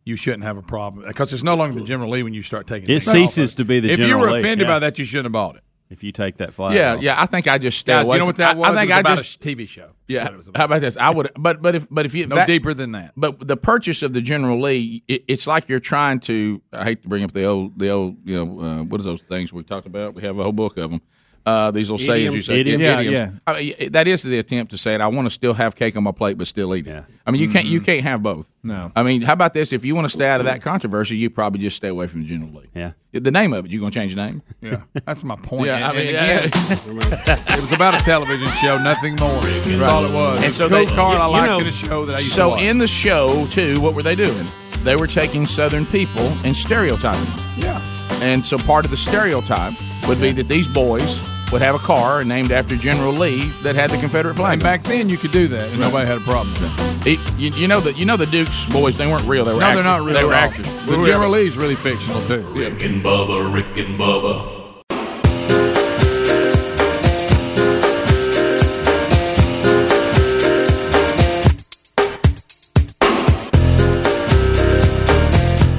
you shouldn't have a problem because it's no longer the General Lee when you start taking It things off of ceases to be the If you General were Lee, offended yeah. by that, you shouldn't have bought it. If you take that flag, yeah, off. yeah. I think I just stay Guys, away. you know from- what that was? I, I think it was I about just a TV show. Yeah. How about this? I would, but but if but if you No deeper than that. But the purchase of the General Lee, it, it's like you're trying to. I hate to bring up the old the old you know uh, what are those things we talked about? We have a whole book of them. Uh, these little sayings you Idioms. Idiom. say. Yeah, yeah. I mean, it- that is the attempt to say it. I want to still have cake on my plate, but still eat it. I mean, you can't Mm-hmm. you can't have both. No. I mean, how about this? If you want to stay out of that controversy, you probably just stay away from the General Lee. Yeah. The name of it, you gonna change the name? Yeah, that's my point. Yeah, I And- mean, and yeah. again, it was about a television show, nothing more. That's all it was. And so cool they, car. I you liked know, in a show that I used so to watch. in the show too, what were they doing? They were taking Southern people and stereotyping. them. yeah, And so part of the stereotype would be that these boys would have a car named after General Lee that had the Confederate flag. and on it. back then you could do that, and Right. nobody had a problem with that. It- you, you know that you know the Duke's boys. They weren't real. They were No, actors. they're not real. They were at all. actors. The General Lee's really fictional too. Rick and Bubba, Rick and Bubba,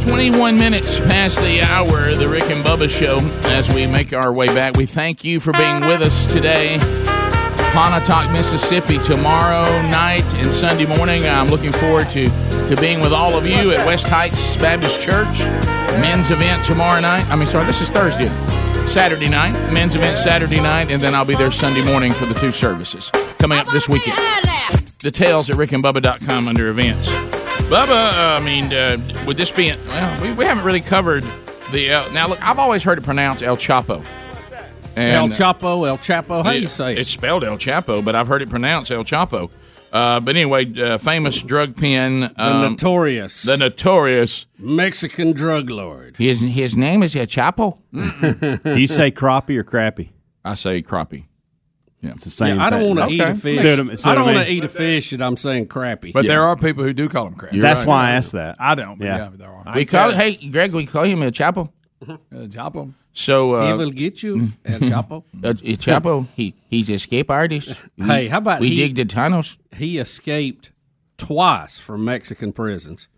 Twenty-one minutes past the hour. The Rick and Bubba Show. As we make our way back, we thank you for being with us today. Pontotoc, Mississippi, tomorrow night and Sunday morning. I'm looking forward to, to being with all of you at West Heights Baptist Church. Men's event tomorrow night. I mean, sorry, this is Thursday. Saturday night, men's event Saturday night, and then I'll be there Sunday morning for the two services coming up this weekend. Details at rickandbubba.com under events. Bubba, uh, I mean, uh, would this be? Well, we, we haven't really covered the. Uh, now, look, I've always heard it pronounced El Chapo. El And- uh, Chapo, El Chapo. How do you say it? it's spelled El Chapo, but I've heard it pronounced El Chapo. Uh, but anyway, uh, famous drug pen, The um, notorious the notorious. Mexican drug lord. His his name is El Chapo. Do you say crappie or crappie? I say crappie. It's the same. I don't thing. want to Okay. eat a fish. See what I- see I what don't I mean? want to eat a fish that I'm saying crappy. But there are people who do call him crap. That's why I asked that. I don't. but Yeah. yeah, there are. We call hey Greg, we call him El Chapo. Uh, chop 'em. So Mm-hmm. he uh, will get you, El Chapo. El El Chapo, he he's an escape artist. We- Hey, how about we he- dig the tunnels? He escaped twice from Mexican prisons,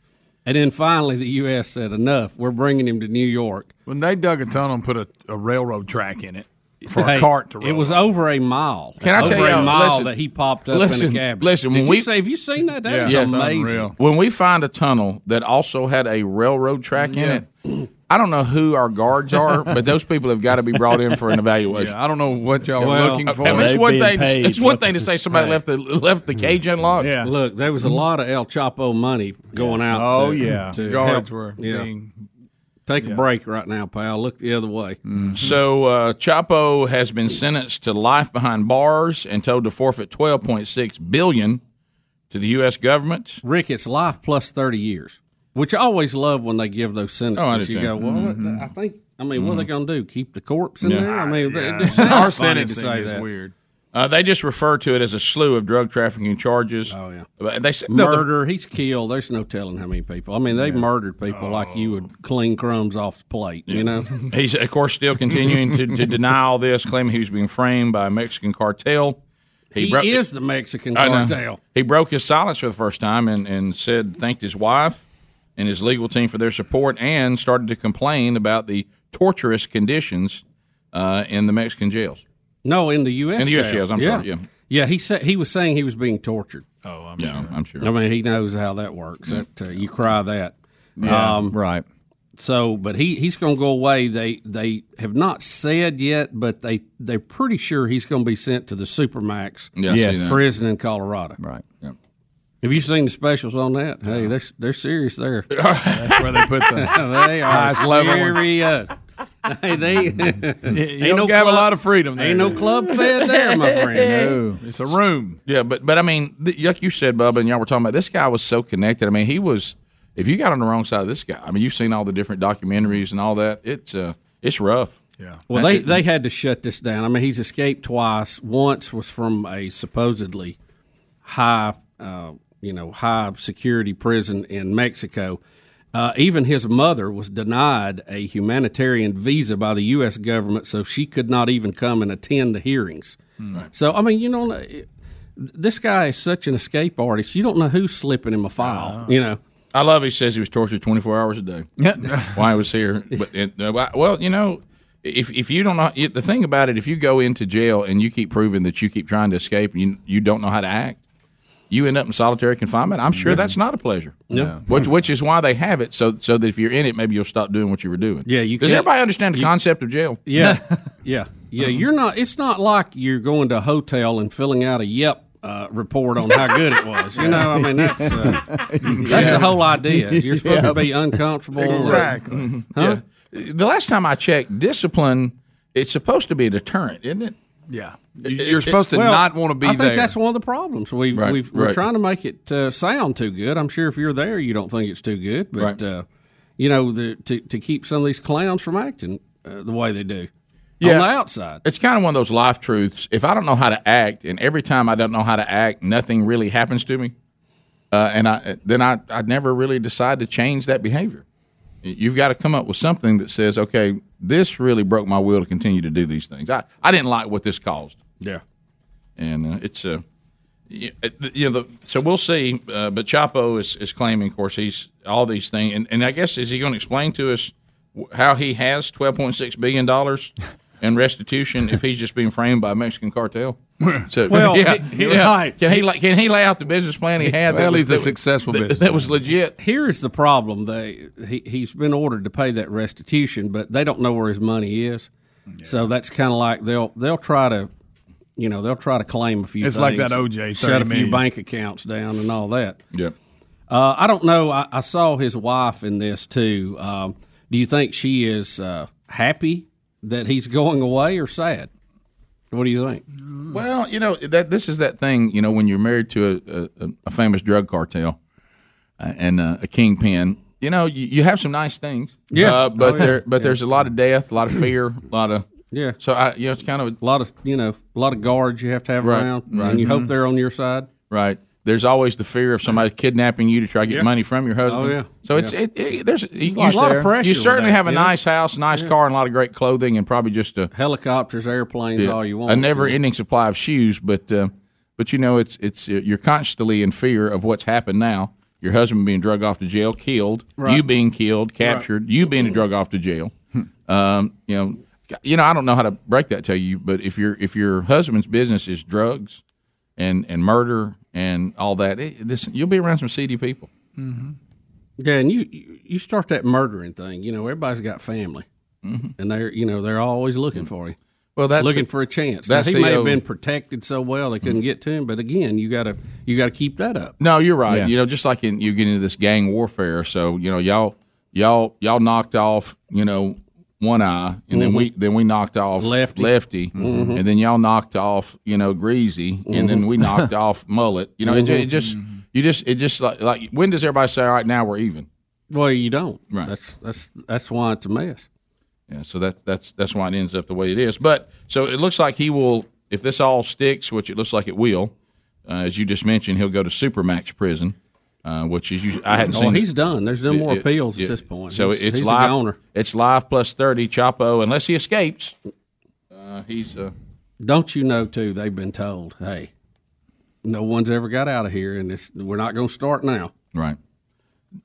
and then finally the U.S. said enough. We're bringing him to New York. When they dug a tunnel and put a, a railroad track in it, for a Hey, cart to roll. It was over a mile. Can I over tell a y'all- mile listen, that he popped up listen, in a cab? listen, when Did we- you say, have you seen that? That Yeah. is Yes, amazing. When we find a tunnel that also had a railroad track in it, I don't know who our guards are, but those people have got to be brought in for an evaluation. Yeah, I don't know what y'all were looking for. I mean, it's They've one been thing. paid It's one what thing to say somebody left the left the cage unlocked. Yeah. Look, there was a lot of El Chapo money going out. Oh, to, yeah. to help. Guards were Yeah. being- Take a break right now, pal. Look the other way. So uh, Chapo has been sentenced to life behind bars and told to forfeit 12.6 billion to the U.S. government. Rick, it's life plus 30 years, which I always love when they give those sentences. you Oh, understand. Mm-hmm. go, well, what- I think, I mean, what are they Mhm. going to do? Keep the corpse in Yeah. there? I mean, Yeah. it just sounds funny Our to sentencing say is that. weird. Uh, they just refer to it as a slew of drug trafficking charges. Oh yeah, but they said no, the- Murder, he's killed. There's no telling how many people. I mean, they murdered people like you Oh. would clean crumbs off the plate, you know? He's, of course, still continuing to, to deny all this, claiming he was being framed by a Mexican cartel. He is the Mexican I know. cartel. He broke his silence for the first time and, and said, thanked his wife and his legal team for their support and started to complain about the torturous conditions uh, in the Mexican jails. No, in the U.S. In the U.S. jail. jails, I'm sorry, yeah. Yeah, he said he was saying he was being tortured. Oh, I'm yeah, sure. I'm sure. I mean, he knows how that works. That, uh, you cry that. Um, Yeah, right. So, but he, he's going to go away. They they have not said yet, but they they're pretty sure he's going to be sent to the supermax Yeah, I see that. prison in Colorado. Right. Have you seen the specials on that? Hey, they're they're serious there. That's where they put the they are highest level. serious. Hey, they you don't have a lot of freedom there, Ain't no do you? club fed there, my friend. It's a room. Yeah, but but I mean, th- like you said, Bubba, and y'all were talking about this guy was so connected. I mean, he was. If you got on the wrong side of this guy, I mean, you've seen all the different documentaries and all that. It's uh, it's rough. Yeah. Well, they, they had to shut this down. I mean, he's escaped twice. Once was from a supposedly high, uh, you know, high security prison in Mexico. Uh, even his mother was denied a humanitarian visa by the U.S. government, so she could not even come and attend the hearings. So, I mean, you know, it- this guy is such an escape artist. You don't know who's slipping him a file. You know. I love. He says he was tortured twenty four hours a day. Why he was here? But it, uh, well, you know, if if you don't know it, the thing about it, if you go into jail and you keep proving that you keep trying to escape and you you don't know how to act, you end up in solitary confinement. I'm sure that's not a pleasure. Yeah. Which which is why they have it so so that if you're in it, maybe you'll stop doing what you were doing. Yeah, you Does can't- everybody understand the concept of jail? Yeah, yeah, yeah. You're not. It's not like you're going to a hotel and filling out a yep uh, report on how good it was. You know, I mean that's uh, that's the whole idea. You're supposed to be uncomfortable. or- Exactly. Huh? Yeah. The last time I checked, discipline it's supposed to be a deterrent, isn't it? Yeah. It- You're supposed to well, not want to be I think there. that's one of the problems. We Right, we've, we're right. trying to make it uh, sound too good. I'm sure if you're there, you don't think it's too good. But Right. uh, you know, the, to to keep some of these clowns from acting uh, the way they do on the outside. It's kind of one of those life truths. If I don't know how to act, and every time I don't know how to act, nothing really happens to me, uh, and I then I I never really decide to change that behavior. You've got to come up with something that says, okay, this really broke my will to continue to do these things. I, I didn't like what this caused, Yeah. and uh, it's a. You know, the, so we'll see. Uh, but Chapo is, is claiming, of course, he's all these things, and, and I guess is he going to explain to us wh- how he has twelve point six billion dollars in restitution if he's just being framed by a Mexican cartel? So, Well, yeah, he- he- yeah. right. Can he like, can he lay out the business plan he had? Well, was- he's a was- successful that- businessman. That was legit. Here is the problem. They he, he's been ordered to pay that restitution, but they don't know where his money is. So that's kind of like they'll they'll try to, you know, they'll try to claim a few. It's like things, that OJ shut 30 a few million. bank accounts down and all that. Yep. Uh, I don't know. I, I saw his wife in this too. Um, do you think she is uh, happy that he's going away or sad? What do you think? Well, you know that this is that thing. You know, when you're married to a, a, a famous drug cartel uh, and uh, a kingpin, you know you, you have some nice things. Yeah. uh, but Oh, yeah. there but Yeah. there's a lot of death, a lot of fear, a lot of Yeah. So I, you know, it's kind of a lot of you know a lot of guards you have to have Right, around, right. and you Mhm. hope they're on your side. right. There's always the fear of somebody kidnapping you to try to get Yeah. money from your husband. Oh, yeah. So it's Yeah. it, it there's you, a lot you- of pressure You with certainly that, have a you know? nice house, nice car, and a lot of great clothing, and probably just a helicopters, airplanes, Yeah. all you want. A never-ending supply of shoes, but uh, but you know it's it's uh, you're constantly in fear of what's happened now. Your husband being drug off to jail, killed, Right. Hmm. you being killed, captured, you being drug off to jail. um, you know, you know, I don't know how to break that to you, but if your if your husband's business is drugs and and murder and all that, it, this, you'll be around some seedy people. Mm-hmm. Yeah, and you you start that murdering thing. You know, everybody's got family, and they're you know they're always looking for you. Mm-hmm. Well, that's looking the- for a chance. Now, that's he the may have old- Mm-hmm. been protected so well they couldn't get to him, but again, you gotta you gotta keep that up. No, you're right. Yeah. You know, just like in, you get into this gang warfare. So you know, y'all, y'all, y'all knocked off. You know, one eye, and then we Mm-hmm. then we knocked off lefty, lefty, Mhm. and then y'all knocked off. You know, greasy, and then we Mhm. knocked off mullet. You know, it, ju- it Mhm. just you just it just like, like when does everybody say, all right, now we're even? Well, you don't. Right. That's that's that's why it's a mess. Yeah. So that that's that's why it ends up the way it is. But so it looks like he will, if this all sticks, which it looks like it will, uh, as you just mentioned, he'll go to supermax prison. Uh, which is usually, I hadn't Oh, seen. he's done. There's no more appeals at this point. So He's- it's he's a live. goner. It's live plus thirty. Chapo, unless he escapes, uh, he's. Uh, Don't you know too? They've been told, hey, no one's ever got out of here, and this we're not going to start now. Right.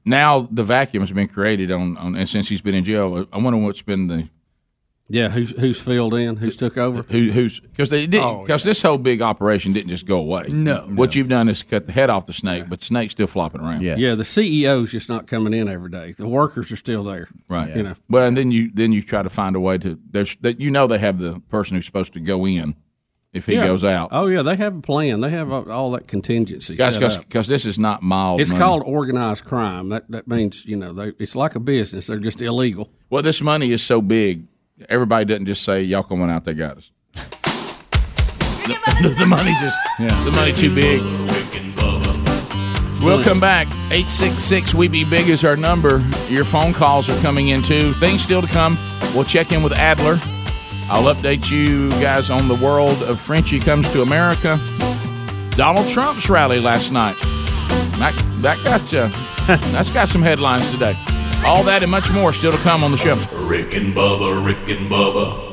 Now the vacuum has been created on, on and since he's been in jail, I wonder what's been the yeah who's who's filled in, who's took over, who, who's because they didn't because this whole big operation didn't just go away. No. what you've done is cut the head off the snake, but the snake's still flopping around. Yeah, the CEO's just not coming in every day. The workers are still there. right. You know. Well, and then you then you try to find a way to there's that you know they have the person who's supposed to go in if he Yeah. goes out. Oh yeah, they have a plan. They have all that contingency. Guys, set up. because this is not mild. It's money. called organized crime. That that means you know they, it's like a business. They're just illegal. Well, this money is so big, everybody doesn't just say y'all come on out. They got us. the money just the money too big. We'll come back. 866 We Be Big is our number. Your phone calls are coming in too. Things still to come. We'll check in with Adler. I'll update you guys on the world of Frenchie comes to America. Donald Trump's rally last night. That, that got uh, that's got some headlines today. All that and much more still to come on the show. Rick and Bubba, Rick and Bubba,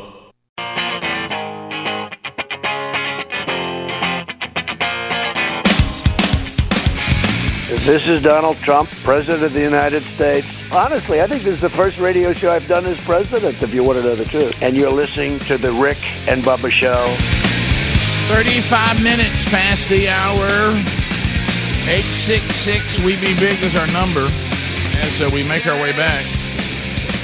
This is Donald Trump, President of the United States. Honestly, I think this is the first radio show I've done as president, if you want to know the truth. And you're listening to The Rick and Bubba Show. 35 minutes past the hour. 866 We Be Big is our number. And so we make our way back.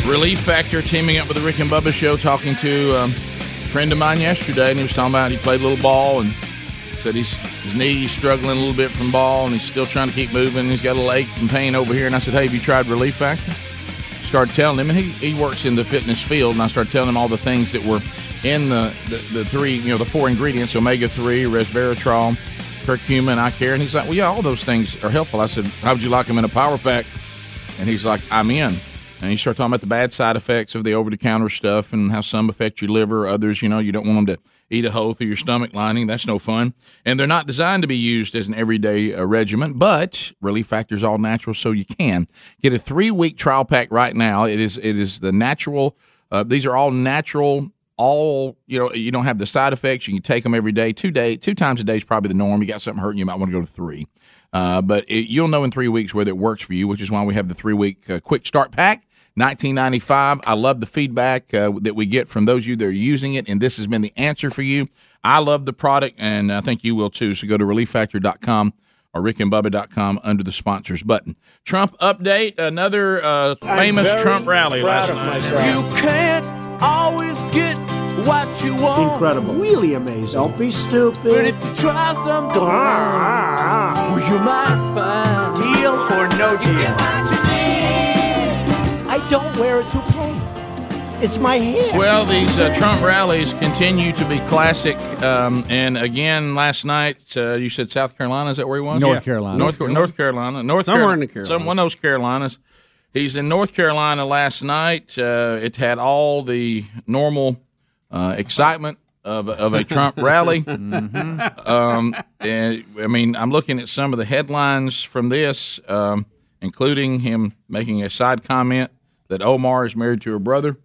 Relief Factor teaming up with the Rick and Bubba Show, talking to um, a friend of mine yesterday, and he was talking about he played a little ball and said he's, his knee's struggling a little bit from ball and he's still trying to keep moving. He's got a little ache and pain over here. And I said, Hey, have you tried Relief Factor? started telling him, and he, he works in the fitness field, and I started telling him all the things that were in the, the, the three, you know, the four ingredients omega 3, resveratrol, curcuma, and I care. And he's like, Well, yeah, all those things are helpful. I said, How would you like them in a power pack? And he's like, I'm in. And he started talking about the bad side effects of the over the counter stuff and how some affect your liver, others, you know, you don't want them to eat a hole through your stomach lining. That's no fun. And they're not designed to be used as an everyday uh, regimen, but Relief Factor is all natural, so you can get a three week trial pack right now. It is it is the natural. Uh, these are all natural. All you know, you don't have the side effects. You can take them every day, two day, two times a day is probably the norm. You got something hurting, you might want to go to three. Uh, but it, you'll know in three weeks whether it works for you, which is why we have the three week uh, quick start pack. 1995. I love the feedback uh, that we get from those of you that are using it, and this has been the answer for you. I love the product, and I think you will too. So go to relieffactor.com or rickandbubba.com under the sponsors button. Trump update another uh, famous very Trump rally proud last of night. myself. You Can't always get what you want. Incredible. Really amazing. Don't be But stupid. if you try something, well, you might find deal or no deal. I don't wear a toupee. It's my hair. Well, these uh, Trump rallies continue to be classic. Um, and again, last night, uh, you said South Carolina. Is that where he was? North Yeah. Carolina. North, Car- North Carolina. North Somewhere Carol- in the Carolinas. Some, one of those Carolinas. He's in North Carolina last night. Uh, it had all the normal uh, excitement of, of a Trump rally. Mm-hmm. um, and, I mean, I'm looking at some of the headlines from this, um, including him making a side comment that Omar is married to her brother.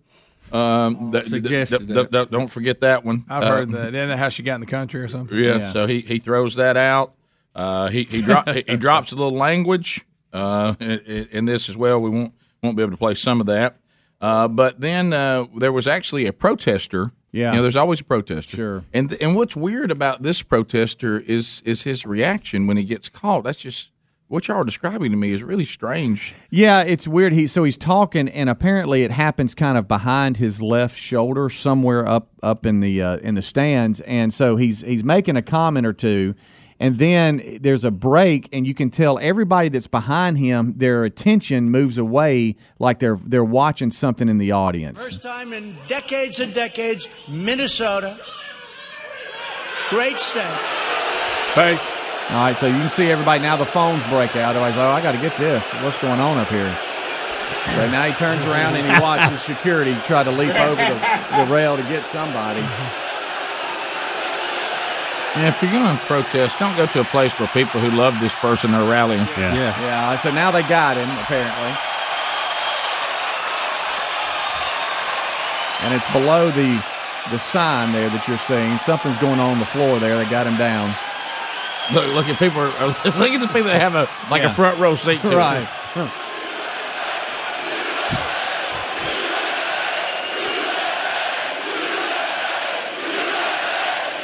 Um, th- th- Suggested th- th- don't forget that one. I've Uh, heard that. Isn't that how she got in the country or something? Yeah, so he, he throws that out. Uh, he he, dro- he he drops a little language uh, in, in this as well. We won't won't be able to play some of that. Uh, but then uh, there was actually a protester. Yeah, you know, there's always a protester. Sure. And and what's weird about this protester is is his reaction when he gets caught. That's just what y'all are describing to me is really strange. Yeah, it's weird. He so he's talking, and apparently it happens kind of behind his left shoulder, somewhere up up in the uh, in the stands, and so he's he's making a comment or two, and then there's a break, and you can tell everybody that's behind him their attention moves away, like they're they're watching something in the audience. First time in decades and decades, Minnesota. Great state. Thanks. All right, so you can see everybody now. The phones break out. Everybody's like, "Oh, I got to get this. What's going on up here?" So now he turns around and he watches security try to leap over the, the rail to get somebody. And if you're going to protest, don't go to a place where people who love this person are rallying. yeah. yeah. So now they got him apparently, and it's below the the sign there that you're seeing. Something's going on on the floor there. They got him down. Look, look at people. Are, look at the people that have a like Yeah. a front row seat. To Right.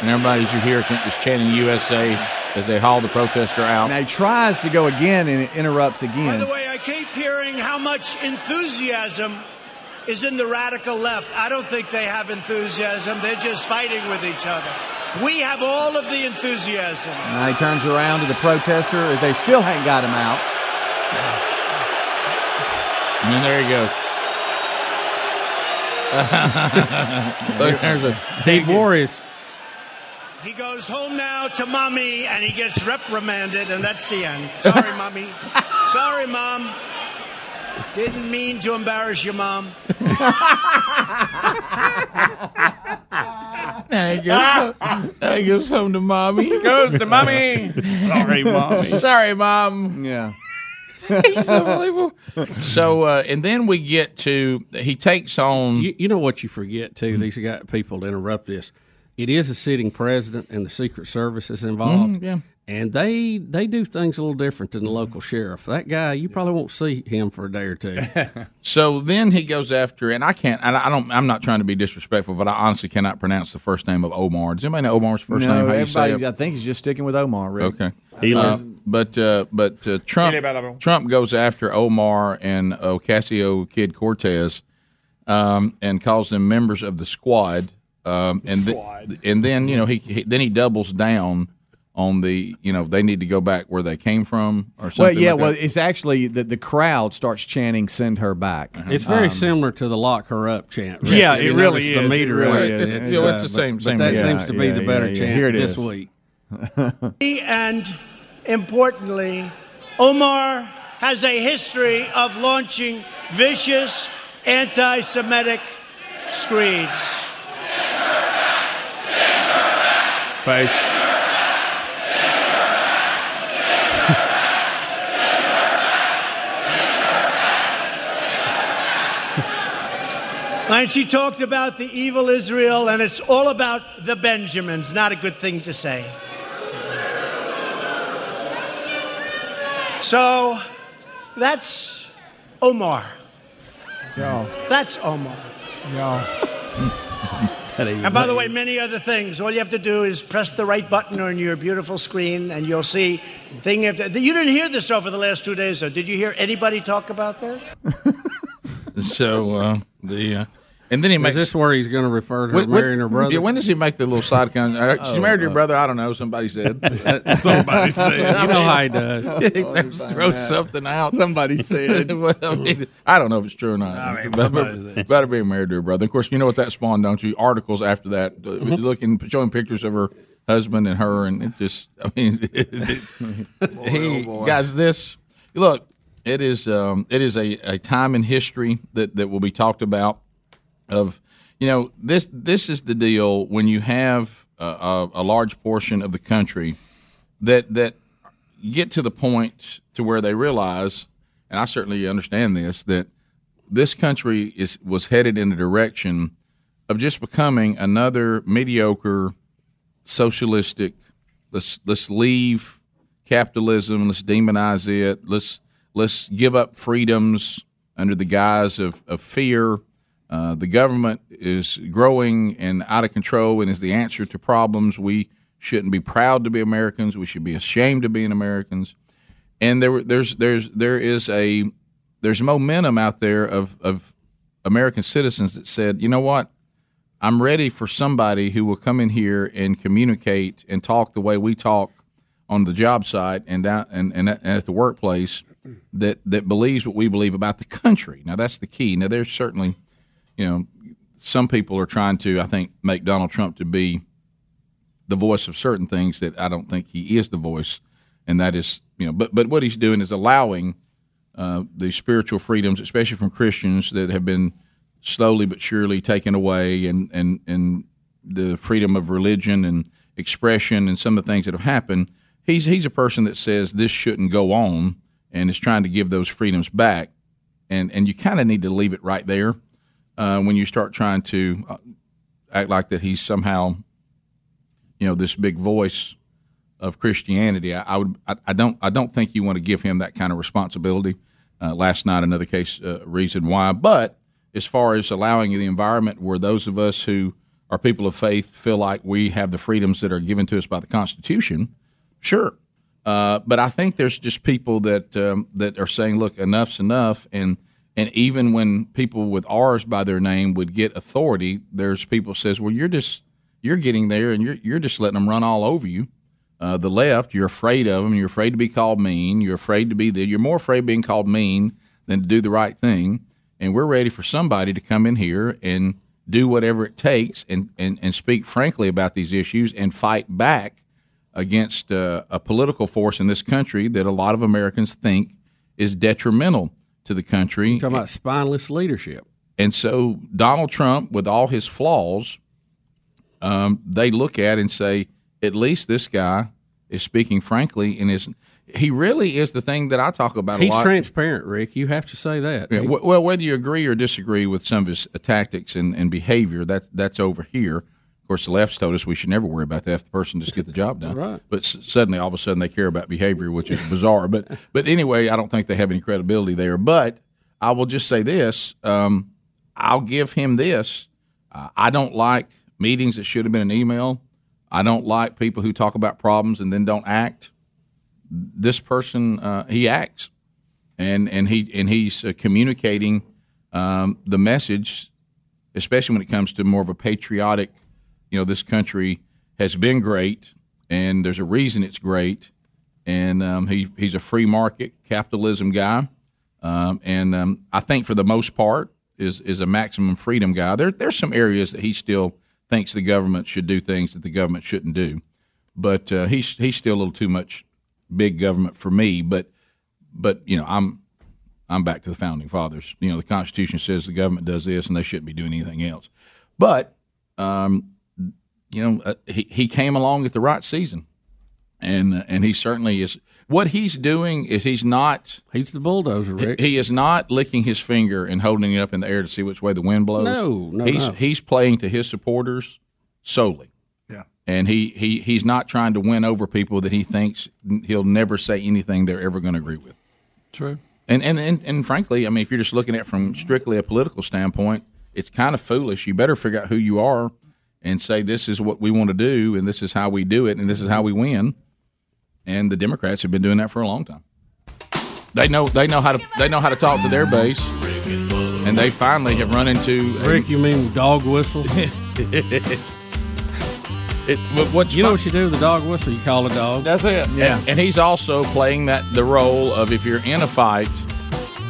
And everybody as you hear is chanting USA as they haul the protester out. Now he tries to go again and it interrupts By again. the way, I keep hearing how much enthusiasm is in the radical left. I don't think they have enthusiasm. They're just fighting with each other. We have all of the enthusiasm. Now he turns around to the protester. They still haven't got him out. And then there he goes. Look, there's a Dave Warriors. He goes home now to mommy and he gets reprimanded, and that's the end. Sorry, mommy. Sorry, mom. Didn't mean to embarrass your mom. Now he goes, home- now he goes home to mommy. He goes to mommy. Sorry, mommy. Sorry, mom. Yeah. He's unbelievable. So, uh, and then we get to he takes on. You, you know what you forget too? These got people to interrupt this. It is a sitting president, and the Secret Service is involved. Mhm, Mm-hmm, yeah. and they they do things a little different than the local sheriff. That guy, you probably won't see him for a day or two. So then he goes after, and I can't. and I, I don't. I'm not trying to be disrespectful, but I honestly cannot pronounce the first name of Omar. Does anybody know Omar's first no, name? How you say everybody's- it? I think he's just sticking with Omar. Really. Okay. Uh, but uh, but uh, Trump Trump goes after Omar and Ocasio Kid Cortez, um, and calls them members of the squad. Um, and th- and then you know he, he then he doubles down on the you know they need to go back where they came from or Well, something. yeah. like well, that. it's actually the the crowd starts chanting "Send her back." It's very Um, similar to the lock her up chant. Yeah, Rick. it It's really the is. It meter really of is. and It's- stuff, it's the same- but- same But that deal. seems to be Yeah, the yeah, better yeah. chant Here it this is. week. And importantly, Omar has a history of launching vicious anti Semitic screeds. Face. And she talked about the evil Israel, and it's all about the Benjamins. Not a good thing to say. So that's Omar. That's Omar. And by the way, many other things. All you have to do is press the right button on your beautiful screen, and you'll see thing after. You didn't hear this over the last two days, though. Did you hear anybody talk about this? so uh, the uh, and then he makes this where he's going to refer to her When- when- marrying her brother? Yeah, when does he make the little side con? uh, She Oh, married your uh, brother. I don't know. Somebody said. Somebody said. You know how he does. Yeah, he throws, throws Yeah. something out. Somebody said. Well, I, mean, I don't know if it's true or not. I mean, somebody about, said. about her being married to her brother. Of course, you know what that spawned, don't you? Articles after that, uh, Mm-hmm. looking showing pictures of her husband and her, and it just. I mean, he, boy. guys, this look. It is um, it is a, a time in history that, that will be talked about of you know this this is the deal when you have a, a, a large portion of the country that that get to the point to where they realize and I certainly understand this that this country is was headed in a direction of just becoming another mediocre socialistic let's let's leave capitalism let's demonize it let's let's give up freedoms under the guise of, of fear. Uh, the government is growing and out of control and is the answer to problems. We shouldn't be proud to be Americans. We should be ashamed of being Americans. And there, were- there's, there's, there is a there's momentum out there of, of American citizens that said, you know what, I'm ready for somebody who will come in here and communicate and talk the way we talk on the job site and down and, and, at- and at the workplace that that believes what we believe about the country. Now that's the key. Now there's certainly, you know, some people are trying to I think make Donald Trump to be the voice of certain things that I don't think he is the voice, and that is you know, but but what he's doing is allowing uh, the spiritual freedoms, especially from Christians that have been slowly but surely taken away, and and and the freedom of religion and expression, and some of the things that have happened. He's he's a person that says this shouldn't go on, and is trying to give those freedoms back, and and you kind of need to leave it right there uh, when you start trying to uh, act like that he's somehow, you know, this big voice of Christianity. I, I would I, I don't I don't think you want to give him that kind of responsibility. Uh, last night, another case uh, reason why, but as far as allowing the environment where those of us who are people of faith feel like we have the freedoms that are given to us by the Constitution, sure. Uh, but I think there's just people that um, that are saying, "Look, enough's enough," and and even when people with R's by their name would get authority, there's people says, "Well, you're just you're getting there, and you're you're just letting them run all over you." Uh, the left, you're afraid of them. You're afraid to be called mean. You're afraid to be the. You're more afraid of being called mean than to do the right thing. And we're ready for somebody to come in here and do whatever it takes and and, and speak frankly about these issues and fight back against uh, a political force in this country that a lot of Americans think is detrimental to the country. Talking about spineless leadership. And so Donald Trump, with all his flaws, um, they look at and say, at least this guy is speaking frankly and is he really is the thing that I talk about a He's lot. transparent, Rick. You have to say that. Yeah, w- well, whether you agree or disagree with some of his uh, tactics and, and behavior, that that's over here. Of course, the left's told us we should never worry about that. If the person just get the job done, Right. But s- suddenly, all of a sudden, they care about behavior, which is bizarre. but but anyway, I don't think they have any credibility there. But I will just say this: um, I'll give him this. Uh, I don't like meetings that should have been an email. I don't like people who talk about problems and then don't act. This person, uh, he acts and and he and he's uh, communicating um, the message, especially when it comes to more of a patriotic. You know, this country has been great, and there's a reason it's great. And um, he he's a free market capitalism guy, um, and um, I think for the most part is is a maximum freedom guy. There there's some areas that he still thinks the government should do things that the government shouldn't do, but uh, he's he's still a little too much big government for me. But but you know i'm i'm back to the founding fathers you know the constitution says the government does this and they shouldn't be doing anything else but um you know uh, he, he came along at the right season and uh, and he certainly is what he's doing is he's not he's the bulldozer Rick. he, is not licking his finger and holding it up in the air to see which way the wind blows No, no, he's no. he's playing to his supporters solely Yeah. and he, he he's not trying to win over people that he thinks he'll never say anything they're ever going to agree with True. and, and and and frankly, I mean, if you're just looking at it from strictly a political standpoint, it's kind of foolish. You better figure out who you are and say this is what we want to do, and this is how we do it, and this is how we win. And the Democrats have been doing that for a long time. They know they know how to they know how to talk to their base, and they finally have run into a- Rick, you mean dog whistle? It, what, you know what you do with a dog whistle? You call a dog. That's it. Yeah. And, and he's also playing that the role of if you're in a fight,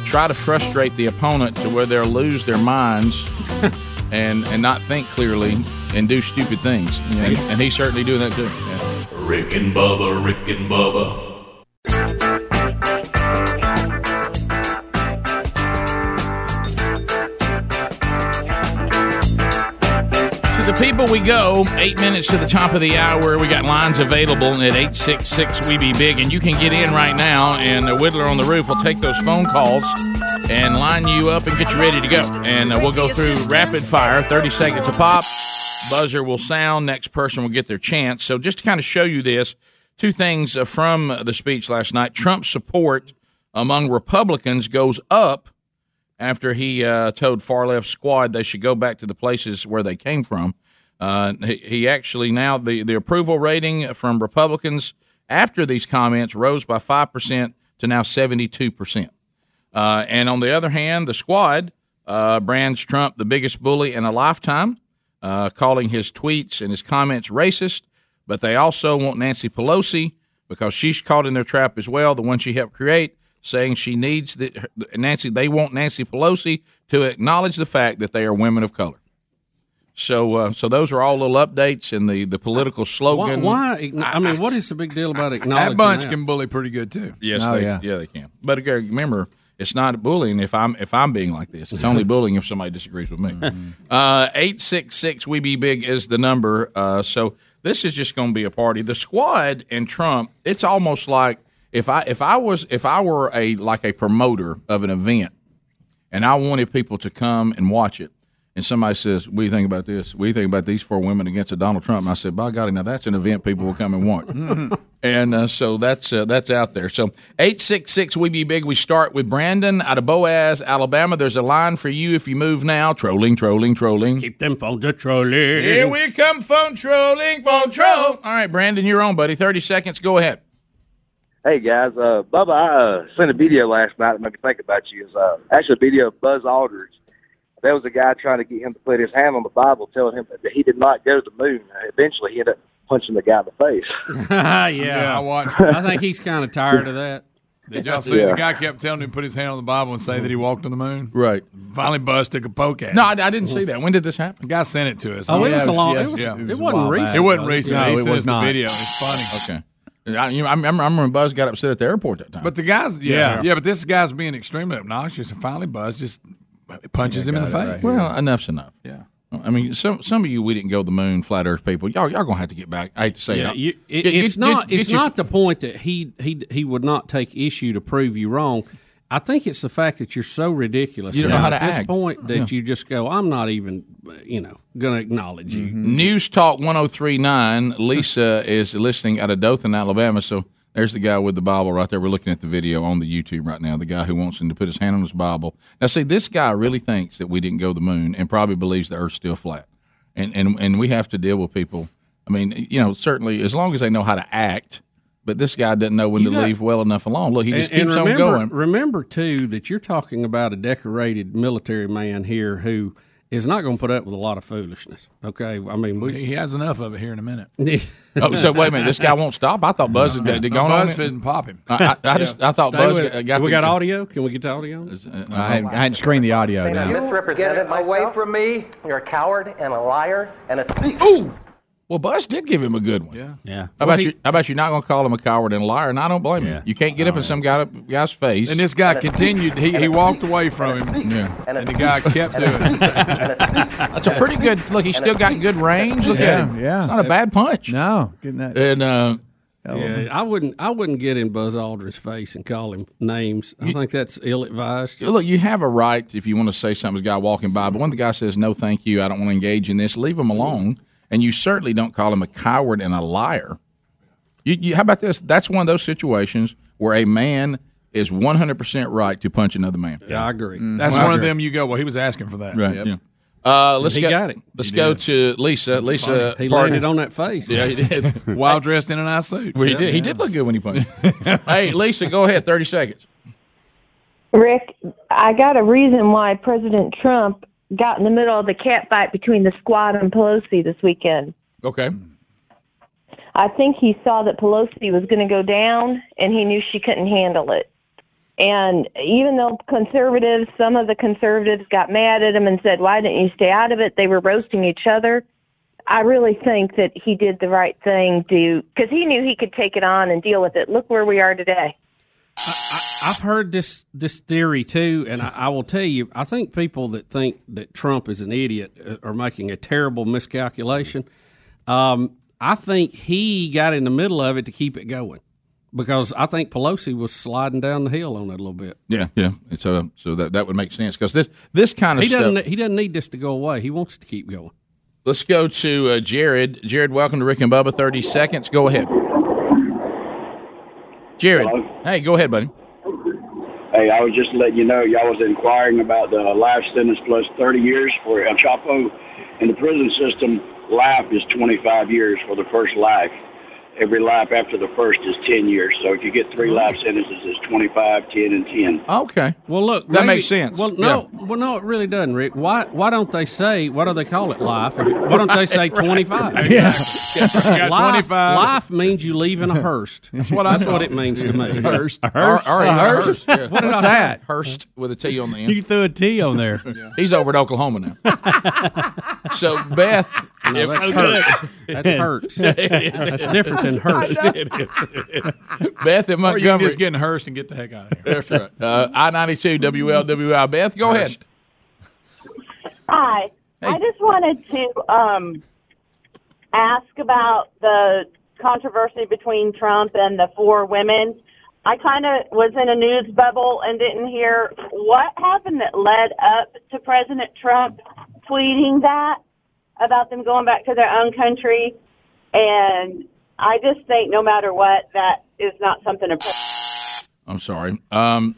try to frustrate the opponent to where they'll lose their minds and and not think clearly and do stupid things. And, and he's certainly doing that too. Rick and Bubba, Rick and Bubba. To the people we go, eight minutes to the top of the hour. We got lines available at 866 We Be Big, and you can get in right now, and the Whittler on the Roof will take those phone calls and line you up and get you ready to go. And uh, we'll go through rapid fire, 30 seconds a pop. Buzzer will sound, next person will get their chance. So, just to kind of show you this, two things uh, from the speech last night Trump's support among Republicans goes up after he uh, told far left squad they should go back to the places where they came from. Uh, he, he actually now the, the approval rating from Republicans after these comments rose by five percent to now seventy two percent. Uh, And on the other hand, the squad uh, brands Trump the biggest bully in a lifetime, uh, calling his tweets and his comments racist. But they also want Nancy Pelosi because she's caught in their trap as well, the one she helped create, saying she needs the, her- Nancy. They want Nancy Pelosi to acknowledge the fact that they are women of color. So, uh, so those are all little updates and the the political Why? slogan. why I mean, what is the big deal about acknowledging That bunch can bully pretty good too. Yes, Oh, they, yeah. yeah. they can. But again, remember, it's not bullying if I'm if I'm being like this. It's only bullying if somebody disagrees with me. Uh, Eight six six we be big is the number. Uh, so this is just going to be a party. The squad and Trump. It's almost like if I if I was if I were a like a promoter of an event, and I wanted people to come and watch it. And somebody says, "What do you think about this? What do you think about these four women against a Donald Trump?" And I said, "By God, now that's an event people will come and watch." And uh, so that's uh, that's out there. So eight six six, we be big. We start with Brandon out of Boaz, Alabama. There's a line for you if you move now. Trolling, trolling, trolling. Keep them phones a trolling. Here we come, phone trolling, phone troll. All right, Brandon, you're on, buddy. Thirty seconds. Go ahead. Hey guys, uh, Bubba, I uh, sent a video last night that made me think about you. Is uh, actually a video of Buzz Aldridge. There was a guy trying to get him to put his hand on the Bible, telling him that he did not go to the moon. Eventually, he ended up punching the guy in the face. yeah, Yeah, I watched that. I think he's kind of tired of that. Did y'all see Yeah. the guy kept telling him to put his hand on the Bible and say that he walked on the moon? Right. Finally, Buzz took a poke at. No, I, I didn't see that. When did this happen? The guy sent it to us. Oh, it was a long- it was- it a wasn't while back. recent, It wasn't was it? recent. No, he it sent was us not. the video. It's funny. Okay. I, you know, I, remember, I remember Buzz got upset at the airport that time. But the guys, yeah, Yeah. yeah, but this guy's being extremely obnoxious, and finally, Buzz just punches him in the got it face. right. Well, enough's enough. Yeah. I mean, some some of you we didn't go to the moon, flat Earth people. Y'all y'all gonna have to get back. I hate to say Yeah, it. you- it- Get- it's get- not. get- it's get your- not the point that he he he would not take issue to prove you wrong. I think it's the fact that you're so ridiculous You don't know now how at to this act. point that Yeah. you just go, I'm not even, you know, going to acknowledge you. News Talk 1039. Lisa is listening out of Dothan, Alabama. So there's the guy with the Bible right there. We're looking at the video on the YouTube right now. The guy who wants him to put his hand on his Bible. Now, see, this guy really thinks that we didn't go to the moon and probably believes the earth's still flat. And, and, and we have to deal with people. I mean, you know, certainly as long as they know how to act, but this guy doesn't know when You to got- leave well enough alone. Look, he just And- and keeps on remember- going. Remember too that you're talking about a decorated military man here who is not going to put up with a lot of foolishness. Okay, I mean we, he has enough of it here in a minute. oh, so wait a minute, this guy won't stop. I thought Buzz had, had No, gone on. Buzz didn't pop him. I, I, I just I thought Stay Buzz with- got, got we the- uh, got audio. Can we get to audio? Oh, I hadn't- I hadn't screened the audio Get away from me. You're a coward and a liar and a thief. Ooh! Well, Buzz did give him a good one. Yeah. Yeah. How about you? How about you not going to call him a coward and a liar? And I don't blame you. You can't get up in some guy, guy's face. And this guy continued. He, he walked away from him, Yeah. and the guy kept doing it. That's a pretty good look. He's still got good range. Look at Yeah, him. yeah. It's not a bad punch. No, getting that. And uh, Yeah, I wouldn't. I wouldn't get in Buzz Aldrin's face and call him names. I think that's ill-advised. look, you have a right if you want to say something to a guy walking by, but when the guy says no, thank you, I don't want to engage in this, leave him alone. And you certainly don't call him a coward and a liar. You, you, how about this? That's one of those situations where a man is one hundred percent right to punch another man. Yeah, I agree. That's Mm. I one of agree. them. You go. Well, he was asking for that. Right. Yeah. Uh, let's He go, got it. Let's He go did. to Lisa. Lisa, He Parker. landed on that face. Yeah, he did. While dressed in a nice suit. Well, he did. He did look good when he punched. hey, Lisa, go ahead. Thirty seconds. Rick, I got a reason why President Trump got in the middle of the catfight between the squad and Pelosi this weekend. Okay. I think he saw that Pelosi was going to go down, and he knew she couldn't handle it. And even though conservatives, some of the conservatives got mad at him and said, "Why didn't you stay out of it?" They were roasting each other. I really think that he did the right thing to, because he knew he could take it on and deal with it. Look where we are today. I've heard this this theory too, and I, I will tell you, I think people that think that Trump is an idiot uh, are making a terrible miscalculation. Um, I think he got in the middle of it to keep it going because I think Pelosi was sliding down the hill on it a little bit. Yeah, yeah. And So, so that that would make sense because this this kind of He stuff. doesn't he doesn't need this to go away. He wants it to keep going. Let's go to uh, Jared. Jared, welcome to Rick and Bubba. Thirty seconds. Go ahead. Jared, hey, go ahead, buddy. Hey, I was just letting you know, y'all was inquiring about the life sentence plus 30 years for El Chapo. In the prison system, life is 25 years for the first life. Every life after the first is 10 years. So if you get three life sentences, it's 25, 10, and 10. Okay. Well, look, That makes sense. Well, no, well, no, it really doesn't, Rick. Why? Why don't they say? Why do they call it life? Why don't they say twenty five? Yeah. life, got 25. life means you leave in a Hearst. That's what I. That's what it means to me. Hearst. Hearst. All right, Hearst. yeah. What did What's I that? say? Hearst with a T on the end. You threw a T on there. He's over at Oklahoma now. so Beth, No, that's So Hertz. good. That's Hertz. That's different than Hearst. I know. Beth in Or Montgomery. you can just get in Hearst and get the heck out of here. That's right. Uh, I ninety two WLWI. Beth, go ahead. Hi. I just wanted to um, ask about the controversy between Trump and the four women. I kind of was in a news bubble and didn't hear what happened that led up to President Trump tweeting that about them going back to their own country. And I just think no matter what, that is not something a I'm sorry. Um,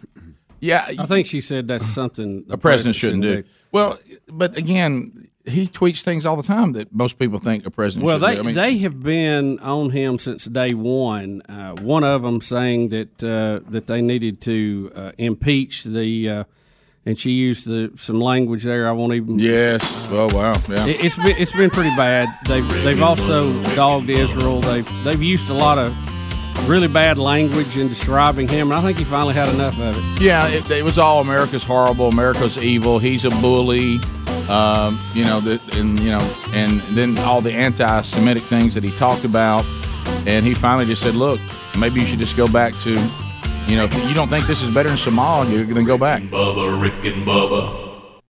yeah, I think she said that's something a president shouldn't do. Well, but again, he tweets things all the time that most people think a president. Well, should they do. I mean, they have been on him since day one. Uh, one of them saying that uh, that they needed to uh, impeach the, uh, and she used the some language there. I won't even. Yes. oh wow. Yeah. It, it's been it's been pretty bad. They've they've also dogged Israel. They've they've used a lot of really bad language in describing him. And I think he finally had enough of it. Yeah, it, it was all America's horrible, America's evil. He's a bully, um, you know. The, and you know, and then all the anti-Semitic things that he talked about, and he finally just said, "Look, maybe you should just go back to, you know, if you don't think this is better than Somalia, then go back." Bubba, Rick and Bubba.